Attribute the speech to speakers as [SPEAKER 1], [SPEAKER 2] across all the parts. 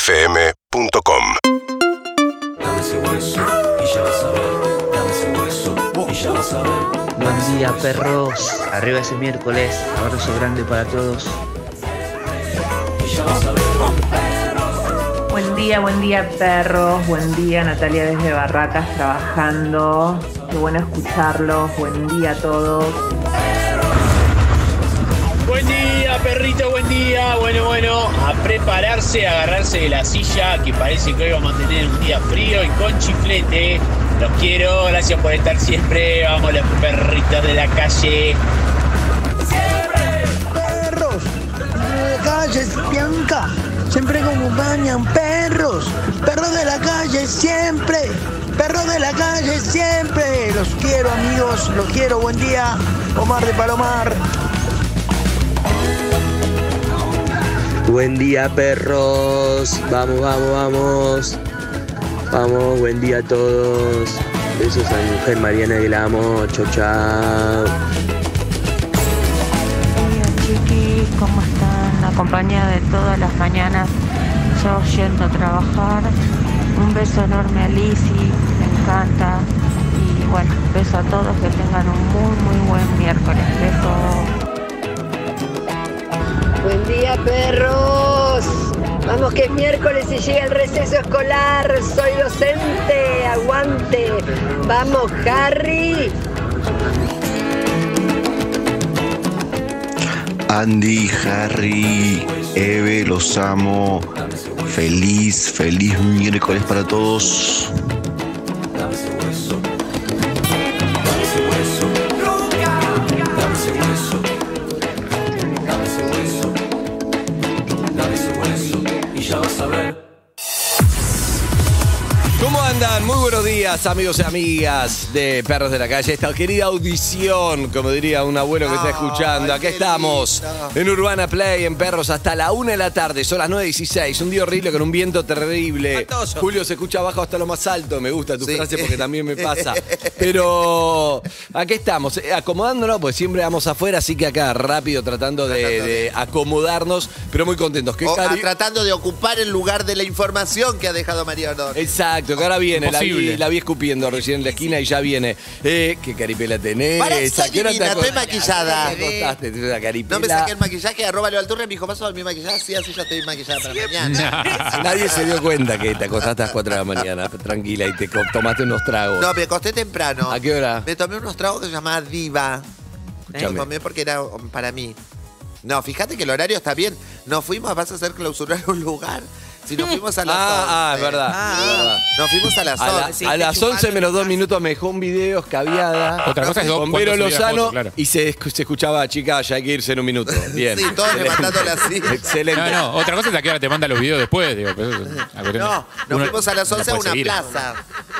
[SPEAKER 1] UrbanaPlayFM.com
[SPEAKER 2] Dame ese hueso y ya vas a ver. Dame ese hueso y ya vas a ver.
[SPEAKER 3] Buen día, perros. Arriba ese miércoles. Abrazo grande para todos.
[SPEAKER 4] Buen día, buen día perros, buen día Natalia desde Barracas trabajando, qué bueno escucharlos, buen día a todos.
[SPEAKER 5] Buen día, perrito, buen día. Bueno, bueno, a prepararse, a agarrarse de la silla, que parece que hoy vamos a tener un día frío y con chiflete. Los quiero, gracias por estar siempre. Vamos, los perritos de la calle.
[SPEAKER 6] perros. La calle es Bianca. Siempre como bañan perros. Perros de la calle siempre. Perros de la calle siempre. Los quiero amigos. Los quiero. Buen día. Omar de Palomar.
[SPEAKER 7] Buen día perros, vamos, vamos, vamos. Vamos, buen día a todos. Besos a mi mujer Mariana que la amo. Chau, chau.
[SPEAKER 8] Hola chiquis, ¿cómo están? La compañía de todas las mañanas, yo yendo a trabajar. Un beso enorme a Lisi, me encanta. Y bueno, beso a todos, que tengan un muy, muy buen miércoles. Beso.
[SPEAKER 9] Buen día, perros. Vamos que es miércoles y llega el receso escolar. Soy docente, aguante. Vamos, Harry.
[SPEAKER 10] Andy, Harry, Eve, los amo. Feliz, feliz miércoles para todos.
[SPEAKER 2] Dame ese hueso. Dame ese hueso. Dame ese hueso. Dame ese hueso. Dame ese hueso y ya vas a ver.
[SPEAKER 11] ¿Cómo andan? Muy buenos días, amigos y amigas de Perros de la Calle. Esta querida audición, como diría un abuelo que está escuchando. Acá estamos en Urbana Play, en Perros, hasta la una de la tarde. Son las 9.16. Un día horrible con un viento terrible.
[SPEAKER 12] Espantoso.
[SPEAKER 11] Julio se escucha abajo hasta lo más alto. Me gusta tu frase porque también me pasa. Pero acá estamos, eh, acomodándonos, pues siempre vamos afuera, así que acá rápido tratando de, de acomodarnos, pero muy contentos. ¿Qué
[SPEAKER 12] O, ah,
[SPEAKER 11] cari-
[SPEAKER 12] tratando de ocupar el lugar de la información que ha dejado María Honor.
[SPEAKER 11] Exacto, que ahora viene. La vi,
[SPEAKER 13] Imposible.
[SPEAKER 11] la vi escupiendo recién en la esquina y ya viene. Eh, qué caripela tenés.
[SPEAKER 12] Pará,
[SPEAKER 11] ¿A
[SPEAKER 12] soy
[SPEAKER 11] qué hora te
[SPEAKER 12] divina,
[SPEAKER 11] acos-
[SPEAKER 12] estoy maquillada.
[SPEAKER 11] ¿A qué hora te acostaste? Tenés una caripela.
[SPEAKER 12] No me saqué el maquillaje, arroba Leo Alturre, me dijo, paso mi maquillaje, sí, así ya estoy maquillada para mañana.
[SPEAKER 11] Nadie se dio cuenta que te acostaste a las 4 de la mañana, tranquila, y te co- tomaste unos tragos.
[SPEAKER 12] No, me acosté temprano.
[SPEAKER 11] ¿A qué hora?
[SPEAKER 12] Me tomé unos tragos que se llamaba Diva. Me
[SPEAKER 11] Escuchame.
[SPEAKER 12] los tomé porque era um, para mí. No, fíjate que el horario está bien. No fuimos, vas a hacer clausurar un lugar. Si nos fuimos a las
[SPEAKER 11] Ah, ah,
[SPEAKER 12] 11.
[SPEAKER 11] es verdad. es verdad.
[SPEAKER 12] Nos fuimos a las
[SPEAKER 11] A, la-
[SPEAKER 12] 11.
[SPEAKER 11] a las 11 menos 2 minutos me dejó un video escabiada.
[SPEAKER 13] Ah, Otra cosa es do-
[SPEAKER 11] Con Vero
[SPEAKER 13] cuando subí la
[SPEAKER 11] Lozano
[SPEAKER 13] foto, claro.
[SPEAKER 11] y se, escu- se escuchaba, chica, ya hay que irse en un minuto. Bien.
[SPEAKER 12] Sí, todos levantando la silla.
[SPEAKER 11] Excelente.
[SPEAKER 13] No, no, otra cosa es a qué hora te manda los videos después, digo, pero eso es una cuestión de-
[SPEAKER 12] No, nos
[SPEAKER 13] uno
[SPEAKER 12] fuimos a las
[SPEAKER 13] no
[SPEAKER 12] 11 a
[SPEAKER 13] puede
[SPEAKER 12] una
[SPEAKER 13] seguir.
[SPEAKER 12] plaza.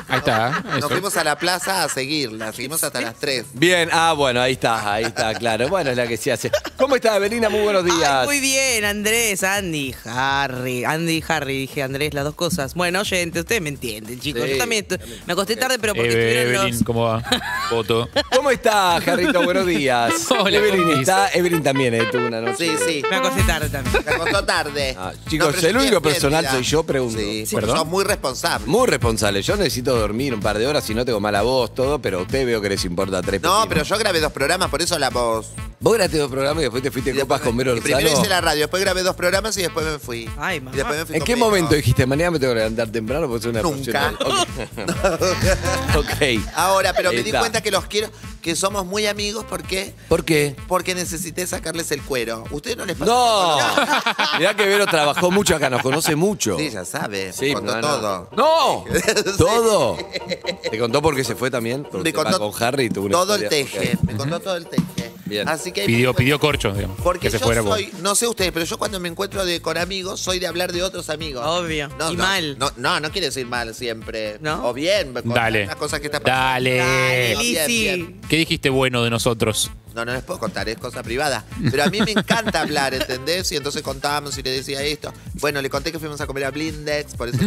[SPEAKER 13] Ahí está. eso.
[SPEAKER 12] Nos fuimos a la plaza a seguirla, seguimos hasta las 3.
[SPEAKER 11] Bien, ah, bueno, ahí está, ahí está, claro. Bueno, es la que se hace. ¿Cómo está, Evelina? Muy buenos días.
[SPEAKER 14] Ay, muy bien, Andrés, Andy, Harry. Andy y Harry, dije Andrés, las dos cosas. Bueno, oyente, ustedes me entienden, chicos.
[SPEAKER 11] Sí,
[SPEAKER 14] Yo también estu- me acosté tarde, pero porque
[SPEAKER 13] Eve,
[SPEAKER 14] estuvieron
[SPEAKER 13] Evelyn,
[SPEAKER 14] los.
[SPEAKER 13] ¿cómo va? Voto.
[SPEAKER 11] ¿Cómo está, Jarrito? Buenos días.
[SPEAKER 13] Hola,
[SPEAKER 11] Evelyn
[SPEAKER 13] compis.
[SPEAKER 11] está. Evelyn también, ¿eh? Tuvo una noche.
[SPEAKER 12] Sí, sí.
[SPEAKER 14] Me acosté tarde también.
[SPEAKER 12] Me acostó tarde.
[SPEAKER 11] Ah,
[SPEAKER 12] No,
[SPEAKER 11] chicos,
[SPEAKER 12] pero
[SPEAKER 11] el
[SPEAKER 12] yo
[SPEAKER 11] único
[SPEAKER 12] estoy bien,
[SPEAKER 11] personal
[SPEAKER 12] mira.
[SPEAKER 11] soy yo, pregunto.
[SPEAKER 12] Sí,
[SPEAKER 11] Sí.
[SPEAKER 12] pero
[SPEAKER 13] ¿Perdón?
[SPEAKER 12] sos muy responsable.
[SPEAKER 11] Muy responsable. Yo necesito dormir un par de horas y no tengo mala voz, todo, pero a usted veo que les importa tres
[SPEAKER 12] No,
[SPEAKER 11] pesinos.
[SPEAKER 12] pero yo grabé dos programas, por eso la voz.
[SPEAKER 11] Vos grabaste dos programas y después te fuiste
[SPEAKER 12] Y
[SPEAKER 11] de copas
[SPEAKER 12] después-
[SPEAKER 11] con Vero
[SPEAKER 12] y Primero
[SPEAKER 11] Lozano.
[SPEAKER 12] hice la radio, después grabé dos programas y después me fui.
[SPEAKER 14] Ay,
[SPEAKER 12] Y
[SPEAKER 14] mamá.
[SPEAKER 12] después me fui
[SPEAKER 11] ¿En
[SPEAKER 12] con
[SPEAKER 11] qué
[SPEAKER 12] Vero.
[SPEAKER 11] momento dijiste, mañana me tengo que levantar temprano porque soy una
[SPEAKER 12] Nunca.
[SPEAKER 11] profesional"? Ok. Ok.
[SPEAKER 12] Ahora, pero
[SPEAKER 11] Ahí
[SPEAKER 12] me di
[SPEAKER 11] está.
[SPEAKER 12] cuenta que los quiero, que somos muy amigos porque
[SPEAKER 11] ¿Por qué?
[SPEAKER 12] porque necesité sacarles el cuero. ¿Ustedes no les pasa?
[SPEAKER 11] ¡No! Mirá que Vero trabajó mucho acá, nos conoce mucho.
[SPEAKER 12] Sí, ya sabe.
[SPEAKER 11] Sí,
[SPEAKER 12] me contó
[SPEAKER 11] no, no.
[SPEAKER 12] todo.
[SPEAKER 11] ¡No!
[SPEAKER 12] Sí.
[SPEAKER 11] ¿Todo? ¿Te contó por qué se fue también? Porque
[SPEAKER 12] Me
[SPEAKER 11] se va
[SPEAKER 12] contó
[SPEAKER 11] con Harry y tuvo una
[SPEAKER 12] todo el
[SPEAKER 11] historia.
[SPEAKER 12] teje. Me contó todo el teje.
[SPEAKER 11] Bien.
[SPEAKER 12] Así que ahí me
[SPEAKER 13] Pidió,
[SPEAKER 12] di cuenta.
[SPEAKER 13] pidió corcho, digamos.
[SPEAKER 12] Porque
[SPEAKER 13] que se
[SPEAKER 12] yo
[SPEAKER 13] fuera
[SPEAKER 12] soy, no sé ustedes, pero yo cuando me encuentro de, con amigos soy de hablar de otros amigos.
[SPEAKER 14] Obvio.
[SPEAKER 12] No,
[SPEAKER 14] Y
[SPEAKER 12] no,
[SPEAKER 14] mal.
[SPEAKER 12] No, no, no quiere decir mal siempre.
[SPEAKER 14] ¿No?
[SPEAKER 12] O bien, con
[SPEAKER 13] Dale.
[SPEAKER 12] las cosas que está pasando.
[SPEAKER 13] Dale.
[SPEAKER 14] Dale,
[SPEAKER 12] Bien,
[SPEAKER 14] Lizzy.
[SPEAKER 12] bien.
[SPEAKER 13] ¿Qué dijiste bueno de nosotros?
[SPEAKER 12] No, no les puedo contar, es cosa privada. Pero a mí me encanta hablar, ¿entendés? Y entonces contábamos y le decía esto. Bueno, le conté que fuimos a comer a Blindex, por eso.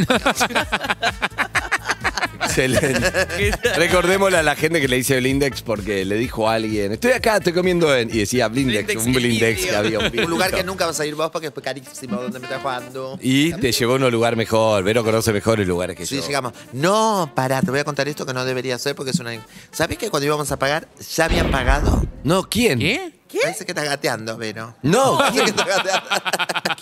[SPEAKER 11] Excelente. Recordémosle a la gente que le dice Blindex porque le dijo a alguien, estoy acá, estoy comiendo en... Y decía Blindex, un Blindex que había.
[SPEAKER 2] un,
[SPEAKER 11] Un,
[SPEAKER 2] lugar que nunca vas a ir vos porque es carísimo donde me estás jugando.
[SPEAKER 11] Y te llevó a un lugar mejor. Vero conoce mejor el lugar que
[SPEAKER 2] Sí,
[SPEAKER 11] yo.
[SPEAKER 2] llegamos. No, pará, te voy a contar esto que no debería ser porque es una. ¿Sabés que cuando íbamos a pagar, ya habían pagado?
[SPEAKER 11] No, ¿quién? ¿Qué?
[SPEAKER 2] Parece que está gateando, Vero.
[SPEAKER 11] No,
[SPEAKER 2] Parece que
[SPEAKER 11] ¿quién?
[SPEAKER 2] está gateando.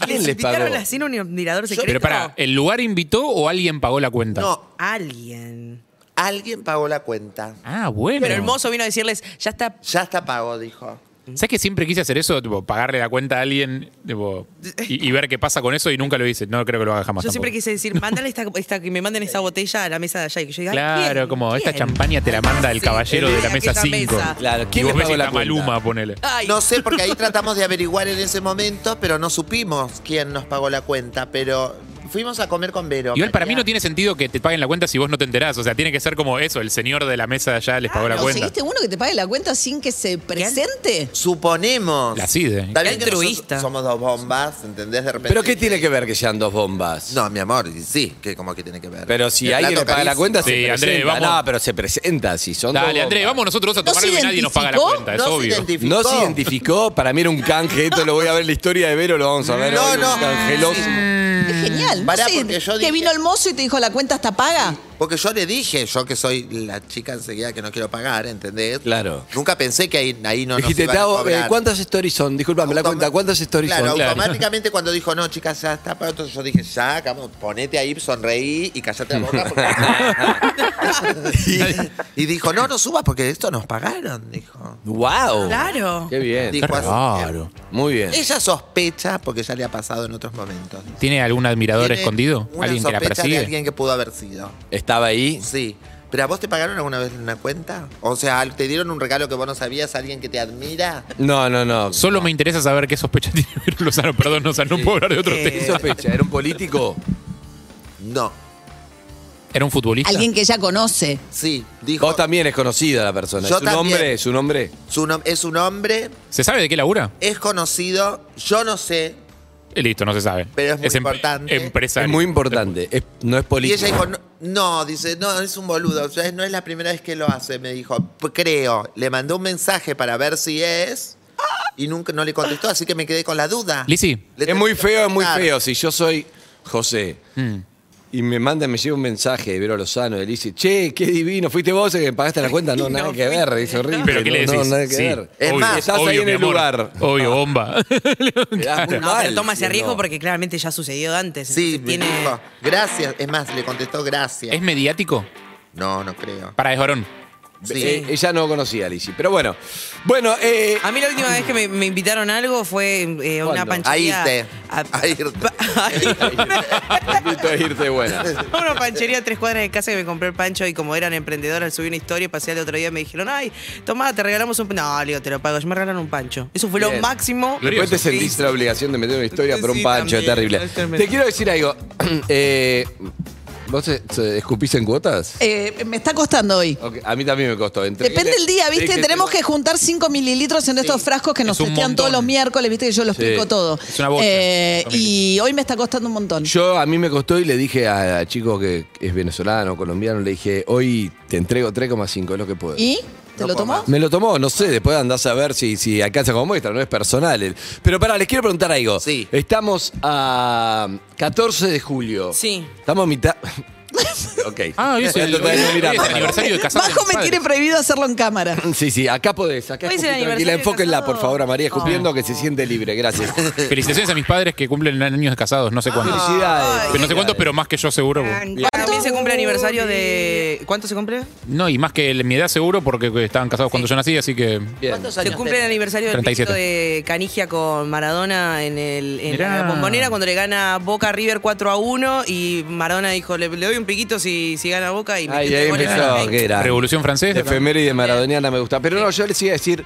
[SPEAKER 11] ¿quién les
[SPEAKER 9] ¿Invitaron
[SPEAKER 11] pagó?
[SPEAKER 9] a la cena a un admirador secreto?
[SPEAKER 5] Pero para, ¿el lugar invitó o alguien pagó la cuenta?
[SPEAKER 2] No,
[SPEAKER 9] Alguien.
[SPEAKER 2] alguien pagó la cuenta.
[SPEAKER 5] Ah, bueno.
[SPEAKER 9] Pero el mozo vino a decirles, ya está.
[SPEAKER 2] Ya está pago, dijo.
[SPEAKER 5] ¿Sabes que siempre quise hacer eso? Tipo, pagarle la cuenta a alguien tipo, y, y ver qué pasa con eso y nunca lo hice. No creo que lo haga jamás.
[SPEAKER 9] Yo siempre
[SPEAKER 5] tampoco.
[SPEAKER 9] quise decir, mándale esta, esta- que me manden esta botella a la mesa de allá. Y que yo diga,
[SPEAKER 5] Claro,
[SPEAKER 9] ¿quién?
[SPEAKER 5] como esta
[SPEAKER 9] ¿Quién?
[SPEAKER 5] champaña te la manda el caballero
[SPEAKER 9] el
[SPEAKER 5] de la
[SPEAKER 9] de
[SPEAKER 5] mesa
[SPEAKER 9] aquella
[SPEAKER 5] 5.
[SPEAKER 9] mesa.
[SPEAKER 11] Claro,
[SPEAKER 5] y
[SPEAKER 11] ¿quién
[SPEAKER 5] vos
[SPEAKER 11] le
[SPEAKER 5] ves
[SPEAKER 11] pagó
[SPEAKER 5] y
[SPEAKER 11] la
[SPEAKER 5] está
[SPEAKER 11] cuenta?
[SPEAKER 5] Maluma, ponele.
[SPEAKER 2] No sé, porque ahí tratamos de averiguar en ese momento, pero no supimos quién nos pagó la cuenta. Pero fuimos a comer con Vero.
[SPEAKER 5] Igual para mí no tiene sentido que te paguen la cuenta si vos no te enterás. O sea, tiene que ser como eso, el señor de la mesa de allá les pagó la cuenta.
[SPEAKER 12] ¿Conseguiste uno que te pague la cuenta sin que se presente?
[SPEAKER 2] Suponemos.
[SPEAKER 5] La ¿eh? CIDE.
[SPEAKER 2] Está bien que nosotros Somos dos bombas, ¿entendés? De repente.
[SPEAKER 11] ¿Pero qué tiene que ver que sean dos bombas?
[SPEAKER 2] No, mi amor, sí, que como que tiene que ver.
[SPEAKER 11] Pero si
[SPEAKER 2] El
[SPEAKER 11] alguien le
[SPEAKER 2] plato
[SPEAKER 11] paga la
[SPEAKER 2] carísimo.
[SPEAKER 11] cuenta, se
[SPEAKER 5] Sí,
[SPEAKER 11] presenta.
[SPEAKER 5] André, vamos.
[SPEAKER 11] No, pero se presenta, si son dos
[SPEAKER 5] Dale, André,
[SPEAKER 11] bombas.
[SPEAKER 5] vamos nosotros a
[SPEAKER 11] ¿No
[SPEAKER 5] tomar
[SPEAKER 11] se
[SPEAKER 5] algo y nadie nos paga la cuenta, es
[SPEAKER 11] No se
[SPEAKER 5] obvio.
[SPEAKER 11] identificó. No se identificó, para mí era un canje, esto lo voy a ver en la historia de Vero, lo vamos a ver.
[SPEAKER 2] No,
[SPEAKER 11] hoy,
[SPEAKER 2] no.
[SPEAKER 11] un Cangeloso.
[SPEAKER 12] Es genial.
[SPEAKER 2] Pará,
[SPEAKER 12] no sé,
[SPEAKER 2] porque yo
[SPEAKER 12] Que
[SPEAKER 2] dije-
[SPEAKER 12] vino el mozo y te dijo, ¿la cuenta está paga?
[SPEAKER 2] Porque yo le dije, yo que soy la chica enseguida que no quiero pagar, ¿entendés?
[SPEAKER 11] Claro.
[SPEAKER 2] Nunca pensé que ahí, ahí no
[SPEAKER 11] Dijiste,
[SPEAKER 2] nos iban a
[SPEAKER 11] Tao, eh,
[SPEAKER 2] cobrar.
[SPEAKER 11] ¿cuántas stories son? Disculpame la cuenta, ¿cuántas stories
[SPEAKER 2] Claro,
[SPEAKER 11] son?
[SPEAKER 2] automáticamente cuando dijo, no, chicas, ya está pagado, entonces yo dije, ya, acabamos, ponete ahí, sonreí y callate la boca. porque- y, y dijo, no, no subas porque esto nos pagaron, dijo.
[SPEAKER 11] ¡Wow!
[SPEAKER 9] Claro.
[SPEAKER 11] Qué bien.
[SPEAKER 2] Dijo así.
[SPEAKER 5] Claro.
[SPEAKER 11] Muy bien.
[SPEAKER 2] Ella sospecha porque ya le ha pasado en otros momentos.
[SPEAKER 5] ¿Tiene algún admirador
[SPEAKER 2] Tiene
[SPEAKER 5] escondido?
[SPEAKER 2] una
[SPEAKER 5] ¿Alguien que la
[SPEAKER 2] sospecha
[SPEAKER 5] persigue?
[SPEAKER 2] De alguien que pudo haber sido.
[SPEAKER 11] ¿Estaba ahí?
[SPEAKER 2] Sí. ¿Pero a vos te pagaron alguna vez una cuenta? O sea, ¿te dieron un regalo que vos no sabías? ¿Alguien que te admira?
[SPEAKER 11] No, no, no.
[SPEAKER 5] Solo me interesa saber qué sospecha tiene Vero Lozano. Perdón, o sea, no puedo hablar de otro
[SPEAKER 11] ¿Qué
[SPEAKER 5] tema.
[SPEAKER 11] sospecha? ¿Era un político?
[SPEAKER 2] No.
[SPEAKER 5] ¿Era un futbolista?
[SPEAKER 12] Alguien que ya conoce.
[SPEAKER 2] Sí, dijo.
[SPEAKER 11] Vos también es conocida la persona.
[SPEAKER 2] Yo
[SPEAKER 11] ¿Su
[SPEAKER 2] también.
[SPEAKER 11] nombre? ¿Su nombre?
[SPEAKER 2] Su nom- es un hombre,
[SPEAKER 5] ¿Se sabe de qué labura?
[SPEAKER 2] es conocido, yo no sé,
[SPEAKER 5] Eh, Listo, no se sabe.
[SPEAKER 2] Pero es muy
[SPEAKER 5] em-
[SPEAKER 2] importante.
[SPEAKER 5] empresario.
[SPEAKER 11] Es muy importante. es- no es
[SPEAKER 2] Y
[SPEAKER 11] político.
[SPEAKER 2] ella dijo, no, no", dice, no, es un boludo, o sea, no es la primera vez que lo hace, me dijo, "P- creo. Le mandó un mensaje para ver si es y nunca no le contestó, así que me quedé con la duda.
[SPEAKER 5] Lizzy,
[SPEAKER 2] Le
[SPEAKER 11] es muy
[SPEAKER 2] tengo que
[SPEAKER 11] feo, es muy
[SPEAKER 2] preguntar.
[SPEAKER 11] feo. Si yo soy José
[SPEAKER 5] mm,
[SPEAKER 11] y me manda, me llega un mensaje de Vero Lozano y le dice, che, qué divino, ¿fuiste vos el que pagaste la cuenta? No, nada que ver, dice horrible.
[SPEAKER 5] ¿Pero qué le
[SPEAKER 11] no,
[SPEAKER 5] decís?
[SPEAKER 11] no, nada que
[SPEAKER 5] Sí,
[SPEAKER 11] ver.
[SPEAKER 2] Es más,
[SPEAKER 11] estás
[SPEAKER 5] obvio,
[SPEAKER 11] ahí en
[SPEAKER 5] mi
[SPEAKER 11] el
[SPEAKER 5] amor.
[SPEAKER 11] lugar.
[SPEAKER 5] Obio, bomba.
[SPEAKER 11] Quedás muy
[SPEAKER 9] No,
[SPEAKER 11] mal,
[SPEAKER 9] pero toma este. ese
[SPEAKER 11] ¿sí o
[SPEAKER 9] riesgo
[SPEAKER 11] no?
[SPEAKER 9] porque claramente ya ha sucedido antes.
[SPEAKER 2] Sí,
[SPEAKER 9] entonces
[SPEAKER 2] me
[SPEAKER 9] tiene...
[SPEAKER 2] dijo, gracias. Es más, le contestó gracias.
[SPEAKER 5] ¿Es mediático?
[SPEAKER 2] No, no creo.
[SPEAKER 5] Para, es varón.
[SPEAKER 2] Sí.
[SPEAKER 11] Eh, ella no conocía a Lizzy, pero bueno. Bueno, eh,
[SPEAKER 9] A mí la última vez que me, me invitaron a algo fue eh, a una
[SPEAKER 11] ¿Cuándo?
[SPEAKER 2] A
[SPEAKER 9] panchería.
[SPEAKER 2] irte.
[SPEAKER 9] A,
[SPEAKER 2] A irte.
[SPEAKER 9] Ah.
[SPEAKER 11] te invito a irte buena.
[SPEAKER 9] a una panchería a tres cuadras de casa que me compré el pancho y como eran emprendedores, al subir una historia, pasé al otro día y me dijeron, ay, tomá, te regalamos un pancho. No, le digo, te lo pago. Yo me regalaron un pancho. Eso fue lo
[SPEAKER 11] Bien.
[SPEAKER 9] máximo.
[SPEAKER 11] Después te
[SPEAKER 9] que
[SPEAKER 11] sentís
[SPEAKER 9] hice.
[SPEAKER 11] la obligación de meter una historia por un
[SPEAKER 9] Sí,
[SPEAKER 11] pancho, es
[SPEAKER 9] también,
[SPEAKER 11] terrible.
[SPEAKER 9] es tremendo.
[SPEAKER 11] Te quiero decir algo. Eh, ¿Vos eh, escupís en cuotas?
[SPEAKER 12] Eh, me está costando hoy.
[SPEAKER 11] Ok, a mí también me costó. Entregué-
[SPEAKER 12] Depende el día, ¿viste?
[SPEAKER 11] dije,
[SPEAKER 12] Tenemos que juntar 5 mililitros en estos frascos que nos
[SPEAKER 5] un
[SPEAKER 12] testean todos
[SPEAKER 5] montón.
[SPEAKER 12] los miércoles, ¿viste? Que yo los
[SPEAKER 11] Sí.
[SPEAKER 12] pico todo.
[SPEAKER 5] Es una bocha.
[SPEAKER 12] Eh, y hoy me está costando un montón.
[SPEAKER 11] Yo a mí me costó y le dije a, a chico que es venezolano, colombiano, le dije, hoy te entrego 3,5, es lo que puedo.
[SPEAKER 12] ¿Y? ¿Te lo tomó?
[SPEAKER 11] Me lo tomó, no sé, después andás a ver si, si alcanza como muestra, no es personal. Pero pará, les quiero preguntar algo.
[SPEAKER 2] Sí.
[SPEAKER 11] Estamos a 14 de julio.
[SPEAKER 9] Sí.
[SPEAKER 11] Estamos a mitad. ok.
[SPEAKER 5] Ah, hoy es el,
[SPEAKER 11] Total,
[SPEAKER 5] hoy es-
[SPEAKER 11] mirá,
[SPEAKER 5] hoy es el
[SPEAKER 11] pará.
[SPEAKER 5] aniversario de casado. de
[SPEAKER 12] Bajo
[SPEAKER 5] mis
[SPEAKER 12] me
[SPEAKER 5] padres.
[SPEAKER 12] tiene prohibido hacerlo en cámara.
[SPEAKER 11] Sí, sí, acá podés, acá
[SPEAKER 9] Hoy es el
[SPEAKER 11] escupí, tranquila,
[SPEAKER 9] aniversario de
[SPEAKER 11] enfóquenla,
[SPEAKER 9] casado.
[SPEAKER 11] por favor, a María escupiendo
[SPEAKER 5] Ah.
[SPEAKER 11] que se siente libre, gracias.
[SPEAKER 5] Felicitaciones a mis padres que cumplen años de casados, no sé cuántos.
[SPEAKER 11] Felicidades.
[SPEAKER 5] Pero no sé cuántos, pero más que yo seguro.
[SPEAKER 9] También se cumple aniversario de. ¿Cuánto se cumple?
[SPEAKER 5] No, y más que el- mi edad seguro porque estaban casados cuando yo nací, así que...
[SPEAKER 11] Bien.
[SPEAKER 9] Se cumple el aniversario del
[SPEAKER 5] 37.
[SPEAKER 9] pito de Canigia con Maradona en, el, en la
[SPEAKER 5] Mirá.
[SPEAKER 9] bombonera cuando le gana Boca a River 4 a 1 y Maradona dijo, le, le doy un piquito si, si gana Boca
[SPEAKER 8] Ah.
[SPEAKER 9] y me
[SPEAKER 11] Ahí, ahí empezó, que era.
[SPEAKER 5] Revolución francesa.
[SPEAKER 11] Efeméride maradoniana me gusta. Pero no, yo les iba a decir,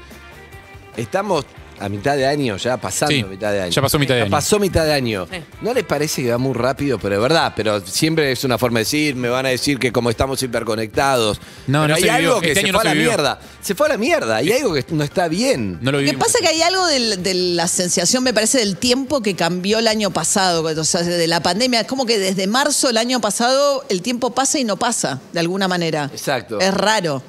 [SPEAKER 11] estamos a mitad de año, ya pasando
[SPEAKER 5] Sí,
[SPEAKER 11] mitad de año.
[SPEAKER 5] ya pasó mitad de
[SPEAKER 11] Ya
[SPEAKER 5] año.
[SPEAKER 11] Pasó mitad de año. ¿No les parece que va muy rápido? Pero es verdad, pero siempre es una forma de decir, me van a decir que como estamos hiperconectados.
[SPEAKER 5] No,
[SPEAKER 11] pero
[SPEAKER 5] no
[SPEAKER 11] hay
[SPEAKER 5] se vivió.
[SPEAKER 11] algo que
[SPEAKER 5] Este
[SPEAKER 11] se
[SPEAKER 5] año
[SPEAKER 11] fue
[SPEAKER 5] no
[SPEAKER 11] a
[SPEAKER 5] se
[SPEAKER 11] la
[SPEAKER 5] vivió.
[SPEAKER 11] mierda. Se fue a la mierda. Y hay algo que no está bien.
[SPEAKER 5] No lo
[SPEAKER 12] Lo que pasa que hay algo del- de la sensación, me parece, del tiempo que cambió el año pasado, o sea, de la pandemia. Es como que desde marzo del año pasado el tiempo pasa y no pasa, de alguna manera.
[SPEAKER 11] Exacto.
[SPEAKER 12] Es raro.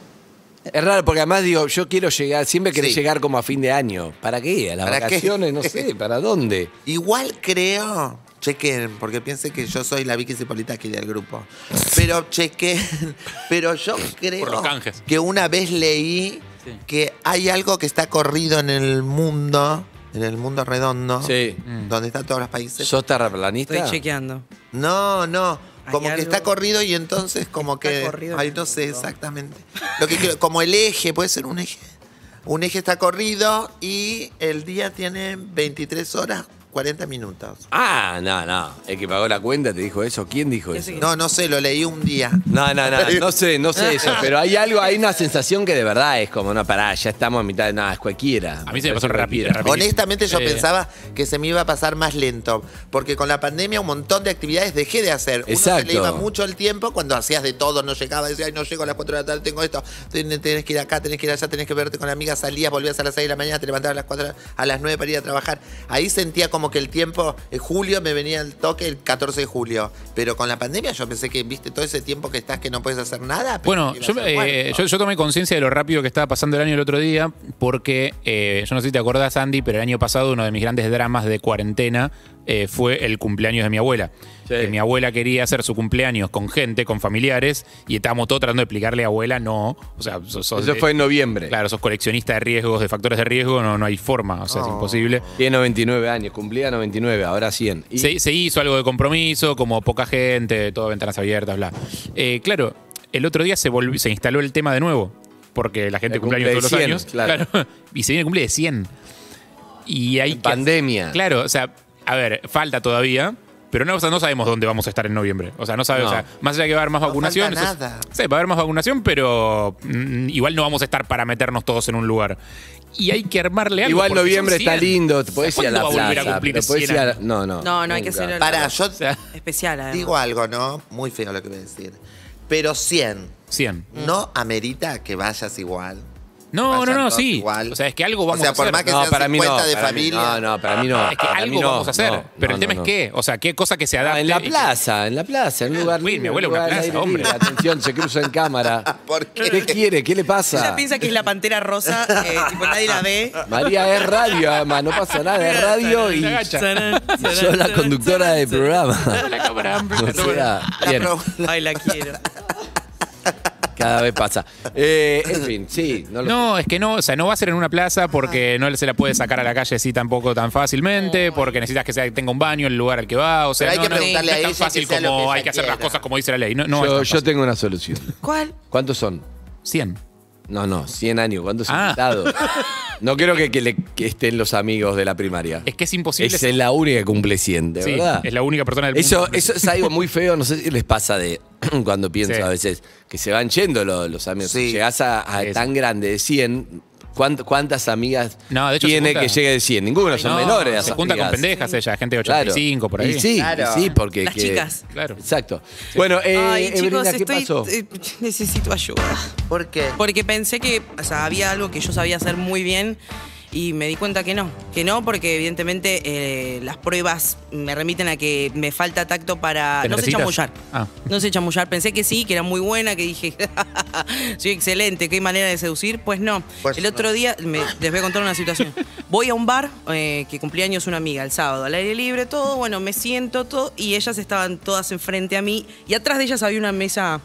[SPEAKER 11] Es raro, porque además digo, yo quiero llegar, siempre querés
[SPEAKER 2] Sí.
[SPEAKER 11] llegar como a fin de año. ¿Para qué? ¿A las
[SPEAKER 2] ¿Para qué?
[SPEAKER 11] vacaciones? No sé, ¿para dónde?
[SPEAKER 2] Igual creo, chequen, porque piensen que yo soy la Vicky Cipolita aquí del grupo. Pero chequen, pero yo creo
[SPEAKER 5] Por los canjes.
[SPEAKER 2] que una vez leí que hay algo que está corrido en el mundo, en el mundo redondo,
[SPEAKER 11] Sí.
[SPEAKER 5] Mm.
[SPEAKER 2] donde están todos los países.
[SPEAKER 11] ¿Sos terraplanista?
[SPEAKER 9] Estoy chequeando.
[SPEAKER 2] No, no. Como que
[SPEAKER 9] algo-
[SPEAKER 2] está corrido y entonces como que...
[SPEAKER 9] corrido
[SPEAKER 2] Ay, no sé exactamente. Lo que quiero- como el eje, puede ser un eje. Un eje está corrido y el día tiene 23 horas, 40 minutos.
[SPEAKER 11] Ah, no, no. El que pagó la cuenta te dijo eso. ¿Quién dijo eso?
[SPEAKER 2] No, no sé, lo leí un día.
[SPEAKER 11] No, no, no, no sé, no sé eso, pero hay algo, hay una sensación que de verdad es como, no, pará, ya estamos en mitad de nada, es cualquiera.
[SPEAKER 5] A mí se me pasó rápido,
[SPEAKER 11] Cualquiera.
[SPEAKER 5] rápido.
[SPEAKER 2] Honestamente yo
[SPEAKER 5] Sí.
[SPEAKER 2] pensaba que se me iba a pasar más lento, porque con la pandemia un montón de actividades dejé de hacer. Uno se
[SPEAKER 11] Exacto.
[SPEAKER 2] le iba mucho el tiempo cuando hacías de todo, no llegaba, decía, ay, no llego a las 4 de la tarde, tengo esto, ten- tenés que ir acá, tenés que ir allá, tenés que verte con amigas, salías, volvías a las 6 de la mañana, te levantabas a las 4, a las 9 para ir a trabajar. Ahí sentía como que el tiempo, en julio me venía el toque el 14 de julio, pero con la pandemia yo pensé que, viste, todo ese tiempo que estás que no puedes hacer nada. pensé
[SPEAKER 5] Bueno,
[SPEAKER 2] que iba a
[SPEAKER 5] yo,
[SPEAKER 2] ser
[SPEAKER 5] eh,
[SPEAKER 2] muerto.
[SPEAKER 5] yo- yo tomé conciencia de lo rápido que estaba pasando el año el otro día, porque eh, yo no sé si te acordás, Andy, pero el año pasado uno de mis grandes dramas de cuarentena eh, fue el cumpleaños de mi abuela. Que mi abuela quería hacer su cumpleaños con gente, con familiares, y estábamos todos tratando de explicarle a abuela, no. O sea, sos- sos
[SPEAKER 11] Eso
[SPEAKER 5] de-
[SPEAKER 11] fue en noviembre.
[SPEAKER 5] Claro, sos coleccionista de riesgos, de factores de riesgo, no, no hay forma, o sea, es
[SPEAKER 11] No.
[SPEAKER 5] imposible.
[SPEAKER 11] Tiene 99 años, cumplía 99, ahora 100. Y
[SPEAKER 5] Se, se hizo algo de compromiso, como poca gente, todo ventanas abiertas, bla. Eh, claro, el otro día se, volvió- se instaló el tema de nuevo, porque la gente
[SPEAKER 11] El
[SPEAKER 5] cumple años
[SPEAKER 11] cumple
[SPEAKER 5] todos
[SPEAKER 11] de 100,
[SPEAKER 5] los años.
[SPEAKER 11] claro.
[SPEAKER 5] y se viene el cumple de 100. Y hay que-
[SPEAKER 11] pandemia.
[SPEAKER 5] Claro, o sea, a ver, falta todavía. Pero no, o sea, no sabemos dónde vamos a estar en noviembre. O sea, no sabemos.
[SPEAKER 11] No.
[SPEAKER 5] o
[SPEAKER 2] Ah.
[SPEAKER 5] sea, más allá de que va a haber más vacunación.
[SPEAKER 2] falta
[SPEAKER 5] eso-
[SPEAKER 2] nada.
[SPEAKER 5] Sí, va a haber más vacunación, pero mm, igual no vamos a estar para meternos todos en un lugar. Y hay que armarle algo.
[SPEAKER 11] Igual
[SPEAKER 5] porque
[SPEAKER 11] noviembre
[SPEAKER 5] son 100.
[SPEAKER 11] está lindo, te
[SPEAKER 5] O sea,
[SPEAKER 11] podés ir a
[SPEAKER 5] ¿cuándo
[SPEAKER 11] la
[SPEAKER 5] va a volver a
[SPEAKER 11] plaza,
[SPEAKER 5] cumplir
[SPEAKER 11] pero podés
[SPEAKER 5] 100
[SPEAKER 11] ir a la-
[SPEAKER 5] años?
[SPEAKER 11] no, no.
[SPEAKER 9] No, no hay que hacer algo
[SPEAKER 2] Pará, yo
[SPEAKER 9] especial. además.
[SPEAKER 2] digo algo, ¿no? Muy feo lo que voy a decir. Pero 100.
[SPEAKER 5] 100.
[SPEAKER 2] No amerita que vayas igual.
[SPEAKER 5] No, no,
[SPEAKER 2] Vayan
[SPEAKER 5] no,
[SPEAKER 2] todos
[SPEAKER 5] sí.
[SPEAKER 2] igual.
[SPEAKER 5] O sea, es que algo vamos
[SPEAKER 2] o sea,
[SPEAKER 5] a hacer. Ah,
[SPEAKER 2] por más que
[SPEAKER 11] No,
[SPEAKER 2] sean
[SPEAKER 11] para mí no,
[SPEAKER 2] 50 de
[SPEAKER 11] para mí
[SPEAKER 2] familia.
[SPEAKER 11] no, no, para mí no.
[SPEAKER 5] Es que
[SPEAKER 11] para
[SPEAKER 5] algo
[SPEAKER 11] mí no,
[SPEAKER 5] vamos a hacer.
[SPEAKER 11] no,
[SPEAKER 5] pero
[SPEAKER 11] no,
[SPEAKER 5] el tema
[SPEAKER 11] no,
[SPEAKER 5] es
[SPEAKER 11] no.
[SPEAKER 5] qué. O sea, qué cosa que se adapte.
[SPEAKER 11] en la
[SPEAKER 5] y que-
[SPEAKER 11] plaza, en la plaza, en un lugar.
[SPEAKER 5] Uy, mi
[SPEAKER 11] libre,
[SPEAKER 5] abuela,
[SPEAKER 11] un
[SPEAKER 5] una
[SPEAKER 11] lugar al
[SPEAKER 5] plaza,
[SPEAKER 11] aire
[SPEAKER 5] hombre.
[SPEAKER 11] libre. Atención, se cruza en cámara.
[SPEAKER 2] ¿Por
[SPEAKER 11] qué? quiere? ¿Qué le pasa?
[SPEAKER 9] Ella piensa que es la pantera rosa, eh, tipo nadie la ve.
[SPEAKER 11] María es radio, además, no pasa nada, es radio y
[SPEAKER 9] Sarán, sarán,
[SPEAKER 11] yo la conductora del programa.
[SPEAKER 5] La cámara amplia.
[SPEAKER 11] O sea, bien,
[SPEAKER 9] Ay, la quiero.
[SPEAKER 11] cada vez pasa. Eh, en fin, sí, no lo
[SPEAKER 5] No, es que no, o sea, no va a ser en una plaza
[SPEAKER 9] Ah.
[SPEAKER 5] porque no se la puede sacar a la calle así tampoco tan fácilmente, porque necesitas que sea- tenga un baño el lugar al que va, o sea,
[SPEAKER 2] Pero hay
[SPEAKER 5] no,
[SPEAKER 2] que
[SPEAKER 5] no, no
[SPEAKER 2] preguntarle
[SPEAKER 5] es
[SPEAKER 2] a
[SPEAKER 5] tan
[SPEAKER 2] ella que
[SPEAKER 5] fácil
[SPEAKER 2] sea lo
[SPEAKER 5] como
[SPEAKER 2] que ella
[SPEAKER 5] hay que hacer las
[SPEAKER 2] quiera.
[SPEAKER 5] cosas como dice la ley. No, no es
[SPEAKER 11] yo,
[SPEAKER 5] tan
[SPEAKER 11] yo
[SPEAKER 5] fácil.
[SPEAKER 11] tengo una solución.
[SPEAKER 9] ¿Cuál?
[SPEAKER 11] ¿Cuántos son?
[SPEAKER 5] 100.
[SPEAKER 11] No, no, 100 años. ¿Cuántos
[SPEAKER 5] Ah.
[SPEAKER 11] invitados? No creo que, que le- que estén los amigos de la primaria.
[SPEAKER 5] Es que es imposible.
[SPEAKER 11] Esa es la única que cumple 100, de
[SPEAKER 5] Sí,
[SPEAKER 11] verdad.
[SPEAKER 5] es la única persona del
[SPEAKER 11] Eso,
[SPEAKER 5] mundo.
[SPEAKER 11] eso es algo muy feo, no sé si les pasa de cuando pienso
[SPEAKER 5] Sí.
[SPEAKER 11] a veces que se van yendo los, los amigos.
[SPEAKER 2] Sí.
[SPEAKER 11] Llegás a, a tan grande de 100, ¿cuánt- ¿cuántas amigas
[SPEAKER 5] No, de hecho, se
[SPEAKER 11] tiene
[SPEAKER 5] junta-
[SPEAKER 11] que llegue de 100? Ninguno, son
[SPEAKER 5] No,
[SPEAKER 11] menores. las
[SPEAKER 5] Se junta con
[SPEAKER 11] amigas.
[SPEAKER 5] pendejas ella, gente de
[SPEAKER 11] Claro.
[SPEAKER 5] 85 por ahí.
[SPEAKER 11] Y sí, y
[SPEAKER 2] Claro.
[SPEAKER 11] sí, porque...
[SPEAKER 9] Las
[SPEAKER 11] que-
[SPEAKER 9] chicas.
[SPEAKER 5] Claro.
[SPEAKER 11] Exacto. Bueno, eh,
[SPEAKER 9] Ay, chicos,
[SPEAKER 11] Evelina, ¿qué
[SPEAKER 9] estoy,
[SPEAKER 11] pasó?
[SPEAKER 9] eh, necesito ayuda.
[SPEAKER 2] ¿Por qué?
[SPEAKER 9] Porque pensé que o sea, había algo que yo sabía hacer muy bien y me di cuenta que no. Que no, porque evidentemente eh, las pruebas me remiten a que me falta tacto para.
[SPEAKER 5] ¿Te
[SPEAKER 9] No sé
[SPEAKER 5] necesitas?
[SPEAKER 9] chamullar.
[SPEAKER 5] Ah.
[SPEAKER 9] No sé chamullar. Pensé que sí, que era muy buena, que dije, soy excelente, qué manera de seducir. Pues no.
[SPEAKER 2] Pues
[SPEAKER 9] el
[SPEAKER 2] no.
[SPEAKER 9] otro día, me, les voy a contar una situación. Voy a un bar eh, que cumplía años una amiga el sábado, al aire libre, todo. Bueno, me siento, todo. Y ellas estaban todas enfrente a mí. Y atrás de ellas había una mesa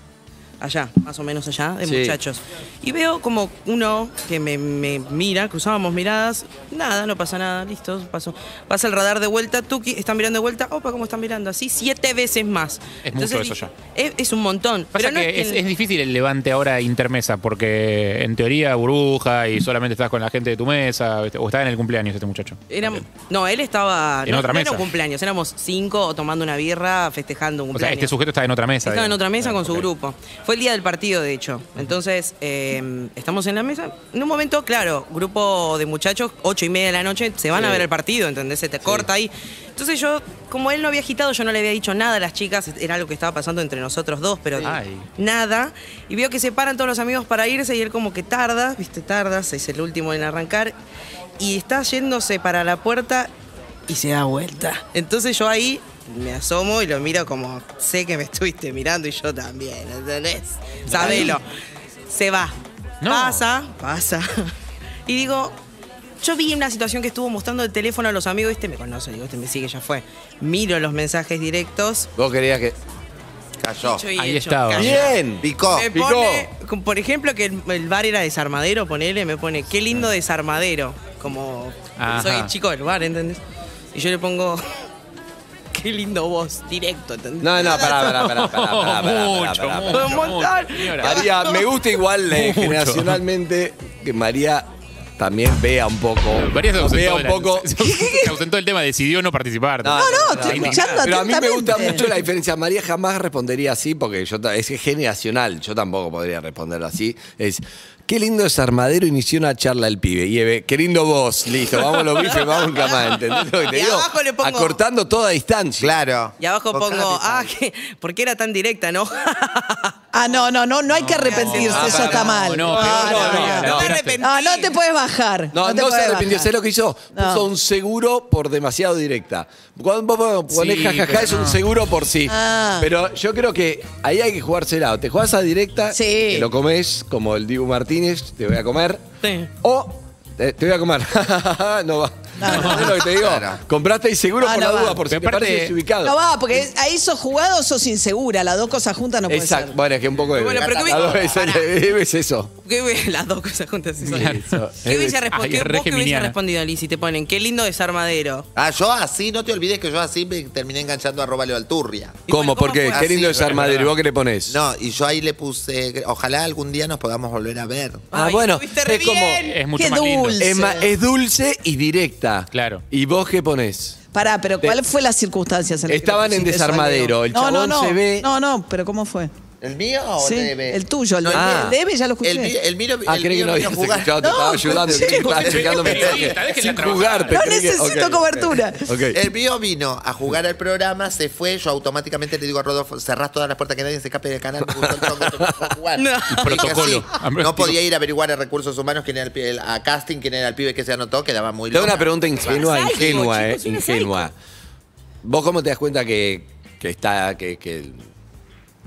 [SPEAKER 9] allá, más o menos allá, de
[SPEAKER 11] Sí.
[SPEAKER 9] muchachos. Y veo como uno que me, me mira, cruzábamos miradas, nada, no pasa nada, listo, pasó. Pasa el radar de vuelta, Tuki, están mirando de vuelta, opa, ¿cómo están mirando? Así siete veces más.
[SPEAKER 5] Es mucho eso
[SPEAKER 9] dije,
[SPEAKER 5] ya.
[SPEAKER 9] Es, es un montón.
[SPEAKER 5] Pasa
[SPEAKER 9] pero no
[SPEAKER 5] que
[SPEAKER 9] es que-
[SPEAKER 5] es, es difícil el levante ahora intermesa, porque en teoría burbuja y solamente estás con la gente de tu mesa, ¿viste? o estás en el cumpleaños este muchacho.
[SPEAKER 9] Éram- no, él estaba.
[SPEAKER 5] En
[SPEAKER 9] no,
[SPEAKER 5] otra
[SPEAKER 9] no
[SPEAKER 5] mesa.
[SPEAKER 9] era un cumpleaños, éramos cinco tomando una birra, festejando un
[SPEAKER 5] O sea,
[SPEAKER 9] cumpleaños.
[SPEAKER 5] este sujeto está en otra mesa.
[SPEAKER 9] Estaba en
[SPEAKER 5] digamos.
[SPEAKER 9] otra mesa
[SPEAKER 5] Claro,
[SPEAKER 9] con su
[SPEAKER 5] ok.
[SPEAKER 9] grupo. Fue Fue el día del partido, de hecho. Entonces, eh, estamos en la mesa. En un momento, claro, grupo de muchachos, ocho y media de la noche, se van a
[SPEAKER 15] Sí.
[SPEAKER 9] ver el partido, ¿entendés? Se te corta ahí. Entonces yo, como él no había agitado, yo no le había dicho nada a las chicas, era algo que estaba pasando entre nosotros dos, pero nada. Y veo que se paran todos los amigos para irse y él como que tarda, viste, tarda, es el último en arrancar. Y está yéndose para la puerta y se da vuelta. Entonces yo ahí me asomo y lo miro como, sé que me estuviste mirando y yo también, ¿entendés? Sabelo. Se va. Pasa, pasa. Y digo, yo vi una situación que estuvo mostrando el teléfono a los amigos, este me conoce, digo, este me sigue, ya fue. Miro los mensajes directos.
[SPEAKER 11] Vos querías que.
[SPEAKER 2] Cayó.
[SPEAKER 9] Dicho y Ahí hecho, estaba. cayó.
[SPEAKER 11] Bien.
[SPEAKER 2] Picó.
[SPEAKER 9] Me pone, como por ejemplo, que el, el bar era desarmadero, ponele, me pone, qué lindo desarmadero. Como
[SPEAKER 5] Ajá.
[SPEAKER 9] soy chico del bar, ¿entendés? Y yo le pongo, qué lindo vos, directo, ¿entendés?
[SPEAKER 11] No, no, pará, pará, pará, pará, pará, pará,
[SPEAKER 9] Mucho,
[SPEAKER 11] pará,
[SPEAKER 9] mucho,
[SPEAKER 11] pará.
[SPEAKER 9] Un montón.
[SPEAKER 11] María, me gusta igual eh,
[SPEAKER 5] Mucho.
[SPEAKER 11] generacionalmente que María también vea un poco.
[SPEAKER 5] María se ausentó,
[SPEAKER 11] vea un
[SPEAKER 5] de la-
[SPEAKER 11] poco.
[SPEAKER 5] se se ausentó del tema, decidió no participar.
[SPEAKER 11] Pero a mí me gusta
[SPEAKER 5] atentamente.
[SPEAKER 11] mucho la diferencia. María jamás respondería así porque yo ta- es generacional. Yo tampoco podría responderlo así. Es qué lindo es armadero. Inició una charla el pibe. Y Eve, qué lindo vos. Listo, vamos a los bifes, vamos nunca más. ¿Entendés lo que te
[SPEAKER 9] Y
[SPEAKER 11] digo?
[SPEAKER 9] abajo le pongo-
[SPEAKER 11] Acortando toda distancia.
[SPEAKER 2] Claro.
[SPEAKER 9] Y abajo pongo, ah, ¿qué? ¿por qué era tan directa, no?
[SPEAKER 12] Ah, no, no, no, no hay que arrepentirse,
[SPEAKER 11] Ah,
[SPEAKER 12] eso
[SPEAKER 11] pará,
[SPEAKER 12] está mal. Ah,
[SPEAKER 11] no, peor todavía, la peor
[SPEAKER 12] No, no te puedes bajar.
[SPEAKER 11] No,
[SPEAKER 12] te
[SPEAKER 11] no, se
[SPEAKER 12] puedes
[SPEAKER 11] arrepintió.
[SPEAKER 12] bajar.
[SPEAKER 11] ¿Sabes lo que hizo? Puso
[SPEAKER 12] No.
[SPEAKER 11] un seguro por demasiado directa. Cuando vos ponés
[SPEAKER 5] Sí,
[SPEAKER 11] jajaja,
[SPEAKER 5] pero
[SPEAKER 11] es un
[SPEAKER 5] no.
[SPEAKER 11] seguro por sí.
[SPEAKER 12] Ah.
[SPEAKER 11] Pero yo creo que ahí hay que jugársela. O te jugás a directa, te lo comes, como el Dibu Martínez, te voy a comer. O eh, te, te voy a comer. no va. ¿Entendés lo que te digo? Compraste ahí seguro
[SPEAKER 12] No,
[SPEAKER 11] por
[SPEAKER 12] no
[SPEAKER 11] la
[SPEAKER 12] va.
[SPEAKER 11] duda, por si te parece desubicado.
[SPEAKER 12] No va, porque ahí sos jugado o sos insegura. Las dos cosas juntas no pueden ser.
[SPEAKER 11] Exacto. Bueno, es que un poco de.
[SPEAKER 9] Bueno, pero ¿qué me-
[SPEAKER 11] La dos veces- es eso.
[SPEAKER 9] ¿Qué hubiese- las dos cosas juntas. sí son.
[SPEAKER 11] Eso.
[SPEAKER 9] ¿Qué hubiese respo-
[SPEAKER 11] Ay,
[SPEAKER 9] qué-
[SPEAKER 11] es re
[SPEAKER 9] vos qué hubiese
[SPEAKER 11] geminiana.
[SPEAKER 9] respondido, Liz? Si te ponen, qué lindo desarmadero.
[SPEAKER 2] Ah, yo así, no te olvides que yo así me terminé enganchando a Roba Levalturria.
[SPEAKER 11] ¿Cómo? ¿Por qué? Qué lindo es armadero. ¿Y vos qué le ponés?
[SPEAKER 2] No, y yo ahí le puse, ojalá algún día nos podamos volver a ver.
[SPEAKER 11] Ah, bueno, es como.
[SPEAKER 5] Es mucho
[SPEAKER 12] Qué más lindo. dulce.
[SPEAKER 11] Es, ma- es dulce y directa. Claro. ¿Y vos qué ponés?
[SPEAKER 12] Pará, pero ¿cuál fue las circunstancias? las que
[SPEAKER 11] Estaban
[SPEAKER 12] te
[SPEAKER 11] en
[SPEAKER 12] pusiste eso,
[SPEAKER 11] desarmadero,
[SPEAKER 12] Leo?
[SPEAKER 11] el
[SPEAKER 12] no, no,
[SPEAKER 11] chabón
[SPEAKER 12] no.
[SPEAKER 11] se ve-
[SPEAKER 12] No, no, pero ¿cómo fue?
[SPEAKER 2] ¿El mío o
[SPEAKER 12] Sí,
[SPEAKER 2] el de Eve?
[SPEAKER 12] el tuyo, el de-
[SPEAKER 2] Ah.
[SPEAKER 12] el de Eve ya lo escuché.
[SPEAKER 2] El, mío- el mío,
[SPEAKER 11] Ah,
[SPEAKER 2] el
[SPEAKER 11] creí
[SPEAKER 2] mío
[SPEAKER 11] que no
[SPEAKER 2] vino
[SPEAKER 11] habías
[SPEAKER 2] a jugar.
[SPEAKER 11] escuchado, te estaba ayudando, creí que estabas checando mensajes. Sin jugar, te
[SPEAKER 12] No
[SPEAKER 11] creí que-
[SPEAKER 12] necesito
[SPEAKER 11] ok,
[SPEAKER 12] cobertura.
[SPEAKER 11] ok, ok.
[SPEAKER 2] El mío vino a jugar al programa, se fue. Yo automáticamente le digo a Rodolfo: cerrás todas las puertas que nadie se escape del canal. me gustó el tronco, te puedo jugar".
[SPEAKER 16] No.
[SPEAKER 2] Y dije
[SPEAKER 11] protocolo.
[SPEAKER 2] así. No podía ir a averiguar a recursos humanos quién era el, pi- el- a casting, quién era el pibe que se anotó, quedaba muy
[SPEAKER 11] Te hago
[SPEAKER 2] loco.
[SPEAKER 11] una pregunta ingenua,
[SPEAKER 2] Psycho,
[SPEAKER 11] ingenua, eh,
[SPEAKER 2] chicos, una
[SPEAKER 11] ingenua. ¿Vos cómo te das cuenta que, que está, que, que-